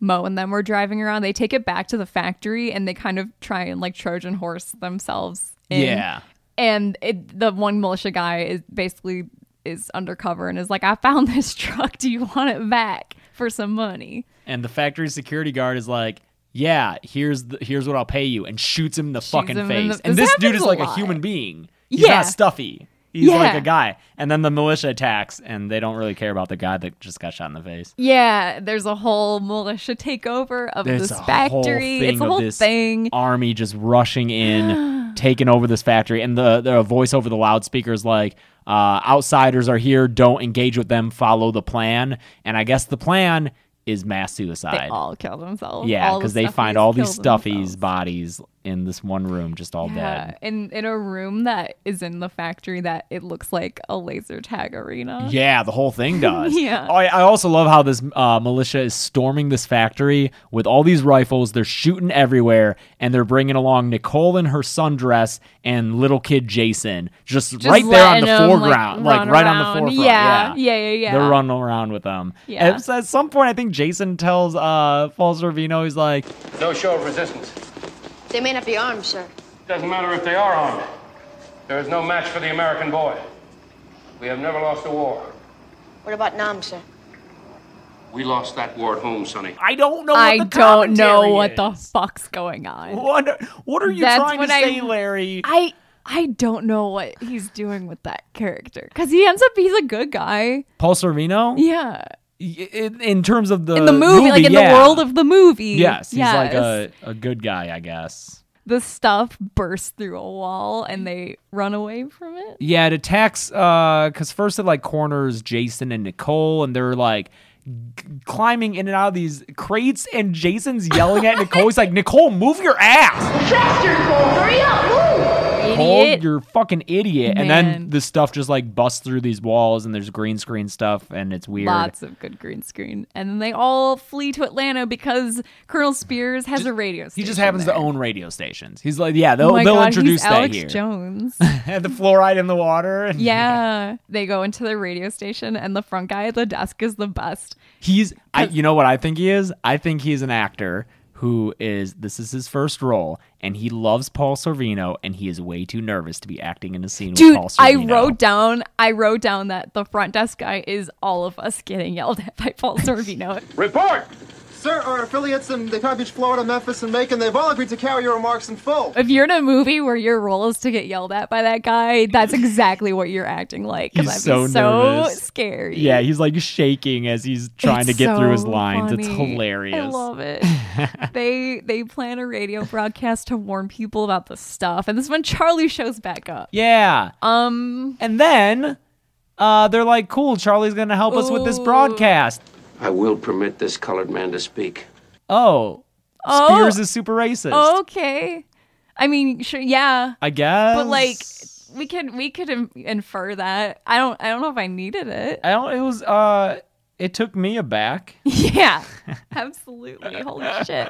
Mo and them were driving around. They take it back to the factory and they kind of try and like Trojan horse themselves. In.
Yeah.
And it, the one militia guy is basically is undercover and is like, "I found <laughs> this truck. Do you want it back for some money?"
And the factory security guard is like, "Yeah, here's the, here's what I'll pay you," and shoots him in the fucking
him in
face.
the-
and
this
this dude
happens
is
a
like a
lot.
human being. He's
Yeah.
not stuffy. He's like
Yeah.
a guy. And then the militia attacks, and they don't really care about the guy that just got shot in the face.
Yeah, there's a whole militia takeover of
There's
this
a whole
factory.
thing
it's a
of
whole
this
thing.
Army just rushing
<gasps>
in, taking over this factory, and the the voice over the loudspeaker is like, uh, "Outsiders are here. Don't engage with them. Follow the plan." And I guess the plan is mass
They
suicide.
all kill themselves.
yeah,
All the
because they find
stuffies
all these
kill themselves.
stuffies' bodies in this one room, just all
Yeah,
dead.
in in a room that is in the factory that it looks like a laser tag arena.
Yeah, the whole
<laughs>
thing does. Oh,
Yeah.
I, I also love how this uh, militia is storming this factory with all these rifles. They're shooting everywhere, and they're bringing along Nicole in her sundress and little kid Jason, just,
Just
right there on the
letting 'em, like,
foreground, like,
run
right on
around.
the forefront. Yeah.
Yeah, yeah, yeah, yeah.
They're running around with them.
Yeah.
At, at some point, I think Jason tells uh, Paul Sorvino, he's like,
No show of resistance.
They may not be armed, sir.
Doesn't matter if they are armed. There is no match for the American boy. We have never lost a war.
What about Nam, sir?
We lost that war at home, Sonny.
I don't know.
I don't know
commentary
what the fuck's going on.
What What are you
That's
trying to
what I-
say, Larry?
I I don't know what he's doing with that character because he ends up he's a good guy.
Paul Sorvino?
Yeah,
Y- In, in terms of the
in the movie, like in
Uh, yeah.
the world of the movie.
Yes, he's like
yes.
a, a good guy, I guess.
the stuff bursts through a wall and they run away from it.
Yeah, it attacks uh cuz first it like corners Jason and Nicole and they're like g- climbing in and out of these crates and Jason's yelling at Nicole. He's like, "Nicole, move your ass."
Faster, Cole! Hurry up! Move!
Nicole, you're fucking idiot. And
Man.
then this stuff just like busts through these walls and there's green screen stuff and it's weird.
Lots of good green screen. And then they all flee to Atlanta because Colonel Spears has a radio
he
station.
just happens
there.
to own radio stations. He's like, yeah,
Oh
they'll,
my
they'll
God,
introduce
he's
that
Alex
here. <laughs>
Jones.
the fluoride in the water. and-
yeah. They go into the radio station and the front guy at the desk is the best.
He's, I, you know what I think he is? I think he's an actor who is, this is his first role, and he loves Paul Sorvino, and he is way too nervous to be acting in a scene
Dude,
with Paul
I
Sorvino.
wrote down I wrote down that the front desk guy is all of us getting yelled at by
<laughs>
Paul Sorvino.
Report!
Sir, our affiliates in Daytona Beach, Florida, Memphis, and Macon, they've all agreed to carry your remarks in full.
if you're in a movie where your role is to get yelled at by that guy, that's exactly what you're acting like. 'cause
He's
I'd
so
be so
nervous.
scary.
Yeah, he's like shaking as he's trying to
It's
get through his
so
lines. It's
funny.
hilarious.
I
<laughs>
love it. they they plan a radio broadcast to warn people about the stuff, and this is when Charlie shows back up.
Yeah.
Um,
and then uh, they're like, cool, Charlie's going to help us with this broadcast.
I will permit this colored man to speak.
Oh,
Oh.
Spears is super racist.
Okay, I mean, sure, yeah,
I guess.
but like we could we could in- infer that. I don't I don't know if I
<laughs>
needed it.
I don't, it was, uh, it took me aback. <laughs>
Yeah, absolutely. Holy shit.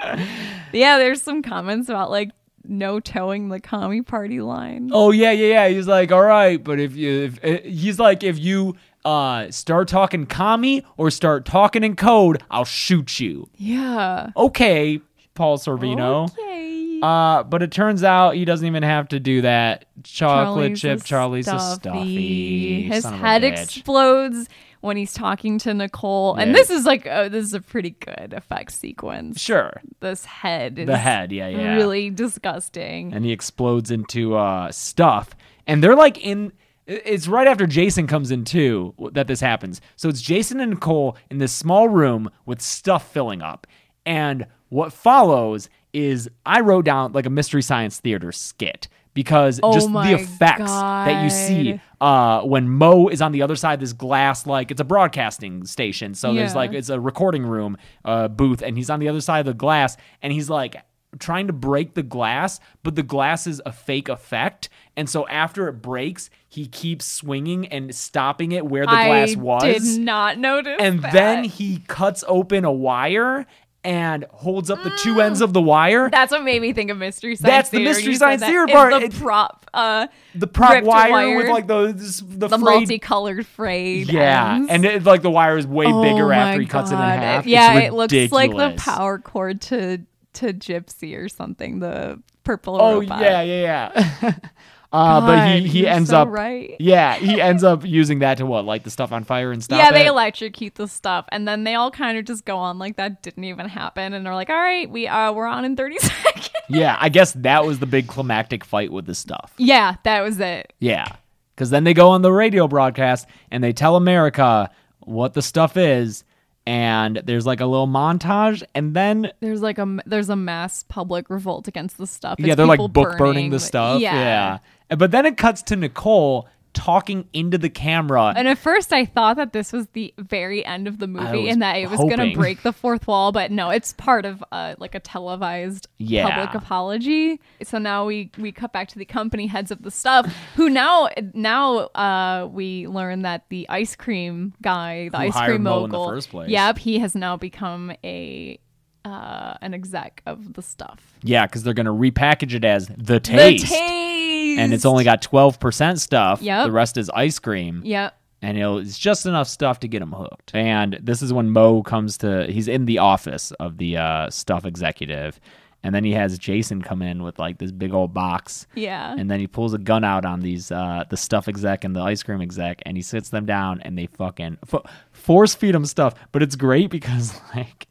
Yeah, there's some comments about like no towing the commie party line.
Oh yeah, yeah, yeah. He's like, all right, but if you, if, eh, he's like, if you uh, start talking commie or start talking in code, I'll shoot you.
Yeah.
Okay, Paul Sorvino.
Okay.
Uh, but it turns out he doesn't even have to do that. Chocolate
Charlie's
chip
a
Charlie's a
stuffy.
stuffy.
His
son of a
head
bitch.
explodes when he's talking to Nicole, and
Yeah.
this is like oh, this is a pretty good effect sequence.
Sure.
This head. Is
The head, yeah, yeah.
Really disgusting.
and he explodes into uh, stuff. And they're like in. It's right after Jason comes in too that this happens. So it's Jason and Nicole in this small room with stuff filling up. And what follows is I wrote down like a mystery science theater skit because
Oh
just
my
the effects that you see
God.
uh, when Mo is on the other side of this glass, like it's a broadcasting station. So there's
Yeah.
like it's a recording room uh, booth, and he's on the other side of the glass, and he's like trying to break the glass, but the glass is a fake effect, and so after it breaks, he keeps swinging and stopping it where the glass
I
was
did not notice.
and
that.
then he cuts open a wire and holds up the two ends of the wire.
That's what made me think of mystery science.
That's the
theater.
mystery
You said
science
that
theater
is
part.
The
It-
prop, uh,
the prop
ripped
wire,
wire
with like the this- the,
the,
frayed-
multicolored frayed.
yeah,
ends.
and it, like the wire is way
Oh
bigger
my
after he cuts it
God.
in half.
Yeah,
It's
it looks like the
ridiculous.
power cord to to Gypsy or something. The purple.
Oh
robot.
yeah, yeah, yeah. <laughs> Uh, but he,
God,
he
you're
ends
so
up
right.
yeah he ends up using that to what light the stuff on fire and stuff.
yeah, they
it.
electrocute the stuff, and then they all kind of just go on like that didn't even happen, and they're like, "All right, we uh, we're on in thirty <laughs> seconds."
yeah. I guess that was the big climactic fight with the stuff.
yeah, that was it.
Yeah. Because then they go on the radio broadcast and they tell America what the stuff is. And there's like a little montage. And then,
There's like a m- there's a mass public revolt against the stuff.
yeah,
It's
they're like
people
book burning, the stuff. Yeah. And- But then it cuts to Nicole talking into the camera.
And at first, I thought that this was the very end of the movie
was
and that it was going to
hoping.
break the fourth wall, but no, it's part of uh, like a televised
Yeah.
public apology. So now we we cut back to the company heads of the stuff, who now now uh, we learn that the ice cream guy, the
Who
ice
hired
cream
Mo
mogul,
in the first place.
yep, he has now become a uh, an exec of the stuff.
yeah, because they're going to repackage it as the taste.
The taste,
And it's only got 12% stuff.
Yep.
The rest is ice cream.
yep.
and it'll, it's just enough stuff to get him hooked. And this is when Mo comes to he's in the office of the uh, stuff executive, and then he has Jason come in with like this big old box.
Yeah.
And then he pulls a gun out on these uh, the stuff exec and the ice cream exec, and he sits them down and they fucking fo- force feed him stuff. But it's great because <laughs> like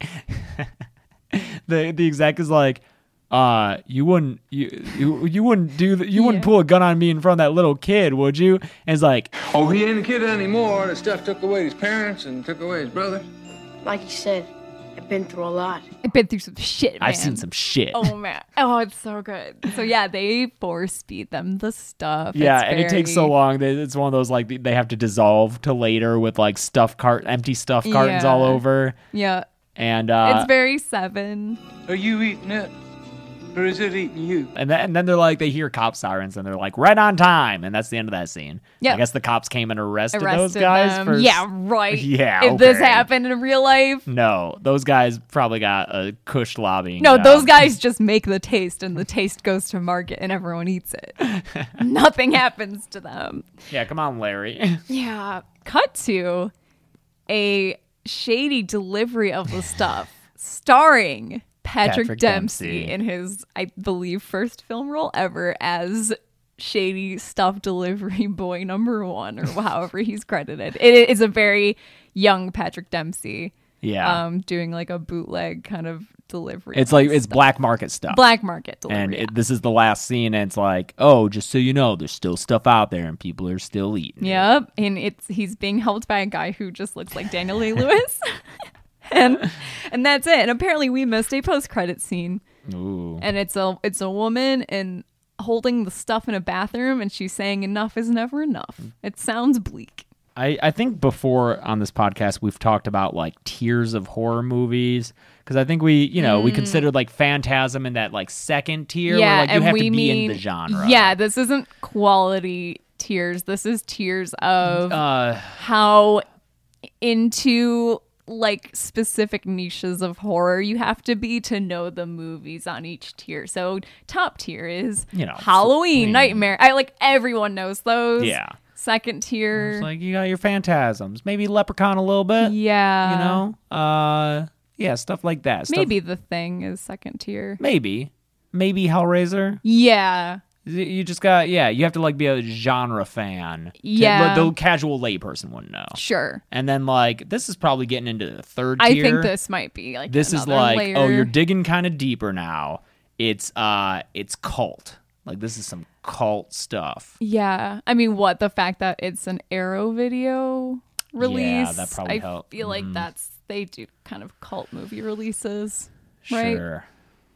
the the exec is like. Uh, you wouldn't you you, you wouldn't do th- you wouldn't pull a gun on me in front of that little kid, would you? And it's like,
Oh, he ain't a kid anymore. The stuff took away his parents and took away his brother.
Like you said, I've been through a lot.
I've been through some shit.
I've
man.
seen some shit.
Oh man! Oh, it's so good. So yeah, they force feed them the
<laughs>
stuff.
yeah,
It's
and it takes so
very-
long that it's one of those like th- they have to dissolve to later with like stuff cart empty stuff cartons all
Yeah.
over.
Yeah,
And uh
it's very seven.
Are you eating it? Or is it eating you?
and then, and then they're like they hear cop sirens and they're like right on time and that's the end of that scene.
Yep.
I guess the cops came and arrested, those
Arrested
guys
them.
for s-
Yeah,
<laughs>
right.
Yeah,
If this
okay.
happened in real life,
No, those guys probably got a cush lobbying.
no,
job.
those guys just make the taste, and the taste goes to market, and everyone
<laughs>
eats it. Nothing happens to them.
Yeah, come on, Larry. <laughs>
Yeah. Cut to a shady delivery of the stuff starring Patrick,
Patrick
Dempsey,
Dempsey.
in his, I believe, first film role ever as shady stuff delivery <laughs> boy number one, or however he's credited. It is a very young Patrick Dempsey.
Yeah.
Um, doing like a bootleg kind of delivery.
it's
of
like
this
it's black market stuff.
black market delivery.
and it, this is the last scene and it's like, "Oh, just so you know, there's still stuff out there and people are still eating."
Yep, and it's he's being helped by a guy who just looks like Daniel Day Lewis, <laughs> and and that's it. And apparently, we missed a post credit scene,
Ooh.
and it's a it's a woman and holding the stuff in a bathroom, and she's saying "enough is never enough." It sounds bleak.
I, I think before on this podcast we've talked about like tiers of horror movies because I think we you know we
Mm.
considered like Phantasm in that like second tier where like you have to be in the genre.
Yeah, this isn't quality tiers. This is tiers of
Uh,
how into like specific niches of horror you have to be to know the movies on each tier. So top tier is
You know,
Halloween, Nightmare. I like everyone knows those.
Yeah.
second tier.
It's like you got your phantasms, maybe leprechaun a little bit.
Yeah.
You know? Uh yeah, stuff like that. Stuff-
Maybe the thing is second tier.
Maybe. Maybe Hellraiser.
Yeah.
Y- You just got yeah, you have to like be a genre fan. to-
Yeah.
the casual layperson wouldn't know.
Sure.
And then like this is probably getting into the third
I
tier.
think this might be like
this is
another
like
layer.
oh you're digging kind of deeper now it's uh it's cult like this is some cult stuff
Yeah. I mean, what the fact that it's an Arrow video release?
that probably
I
helped.
feel like
Mm.
that's they do kind of cult movie releases, right?
sure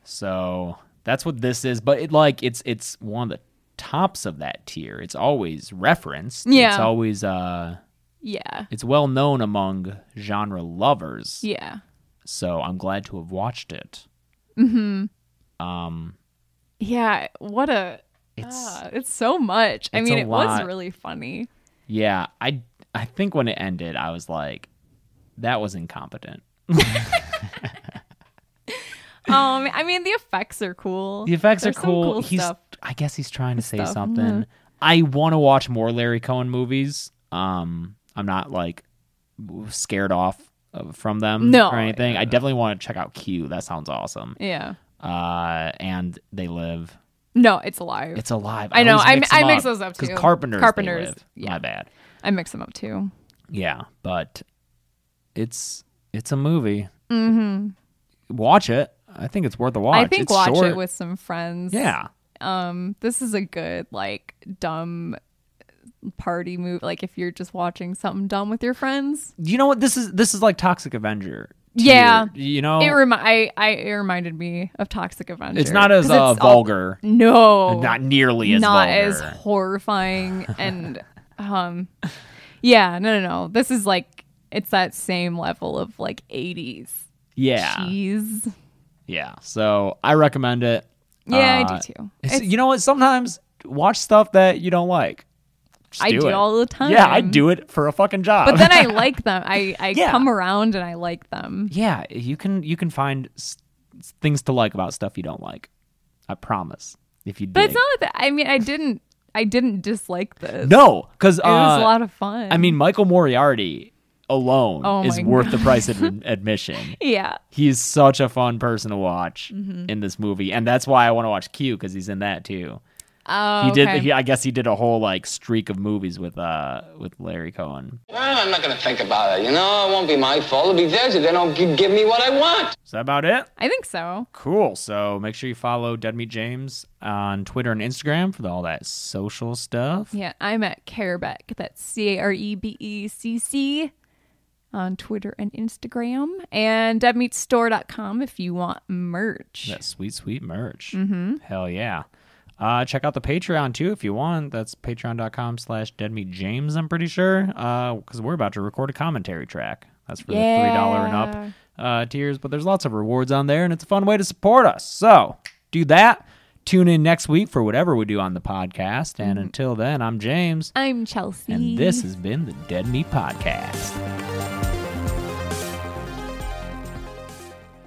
so that's what this is but it like it's it's one of the tops of that tier it's always referenced it's
Yeah.
always uh
Yeah.
it's well known among genre lovers
Yeah.
so i'm glad to have watched it
Mm-hmm.
um
Yeah. What a. It's, it's so much. I
it's
mean,
a
it was
lot.
really funny.
yeah i i think when it ended i was like that was incompetent
Um, I mean, the effects are cool.
The effects
There's
are
some
cool.
cool
he's
stuff.
I guess he's trying to say
Stuff, Mm-hmm.
something.
yeah.
I want to watch more Larry Cohen movies. Um I'm not like scared off of- from them
No.
or anything. I definitely want to check out Q. That sounds awesome.
Yeah.
Uh and They Live.
No, it's alive.
It's alive.
I know.
always
I,
mix
I
them
mix those up too.
'Cause Carpenters. Carpenters.
Carpenters.
Yeah. My bad.
I mix them up too.
Yeah, but it's it's a movie.
Mm-hmm.
Watch it. I think it's worth a watch.
I think
It's
watch it
short.
with some friends.
Yeah.
Um, this is a good like dumb party move. Like if you're just watching something dumb with your friends.
You know what? This is this is like Toxic Avenger. tier,
Yeah.
You know
It remi- I, I it reminded me of Toxic Avenger.
It's not as
'Cause
uh,
it's all-
vulgar.
no.
Not nearly as
not
vulgar.
as
<laughs>
horrifying and um yeah, no no no. This is like it's that same level of like 80s.
Yeah.
Cheese.
yeah. So I recommend it.
Yeah, I
Uh,
do too.
it's- you know what? Sometimes watch stuff that you don't like. Just
I do
it.
all the time.
Yeah, I do it for a fucking job.
But then I like them. I I
Yeah.
come around and I like them.
<laughs> yeah, you can you can find s- s- things to like about stuff you don't like. I promise. If you
But
dig.
it's not that I mean I didn't I didn't dislike this.
no, uh, because
It was a lot of fun.
I mean, Michael Moriarty alone
Oh
is
my
worth the
God.
price
<laughs>
of ad- admission.
Yeah.
He's such a fun person to watch
Mhm.
in this movie, and that's why I want to watch Q because he's in that too.
Oh,
he did.
okay.
He, I guess he did a whole like streak of movies with uh with Larry Cohen.
Well, I'm not going to think about it. You know, it won't be my fault. It'll be theirs if they don't gi- give me what I want.
Is that about it?
I think so.
Cool. So make sure you follow Dead Meat James on Twitter and Instagram for all that social stuff.
Yeah, I'm at Carebeck. That's C A R E B E C C on Twitter and Instagram. And deadmeatstore.com if you want merch.
That sweet, sweet merch.
Mhm.
Hell yeah. Uh, check out the Patreon too if you want. That's patreon.com slash deadmeatjames, I'm pretty sure. Because we're about to record a commentary track. That's for the $3 and
Yeah.
up uh, tiers. But there's lots of rewards on there, and it's a fun way to support us. So do that. Tune in next week for whatever we do on the podcast. And
Mm.
until then, I'm James.
I'm Chelsea.
And this has been the Dead Meat Podcast.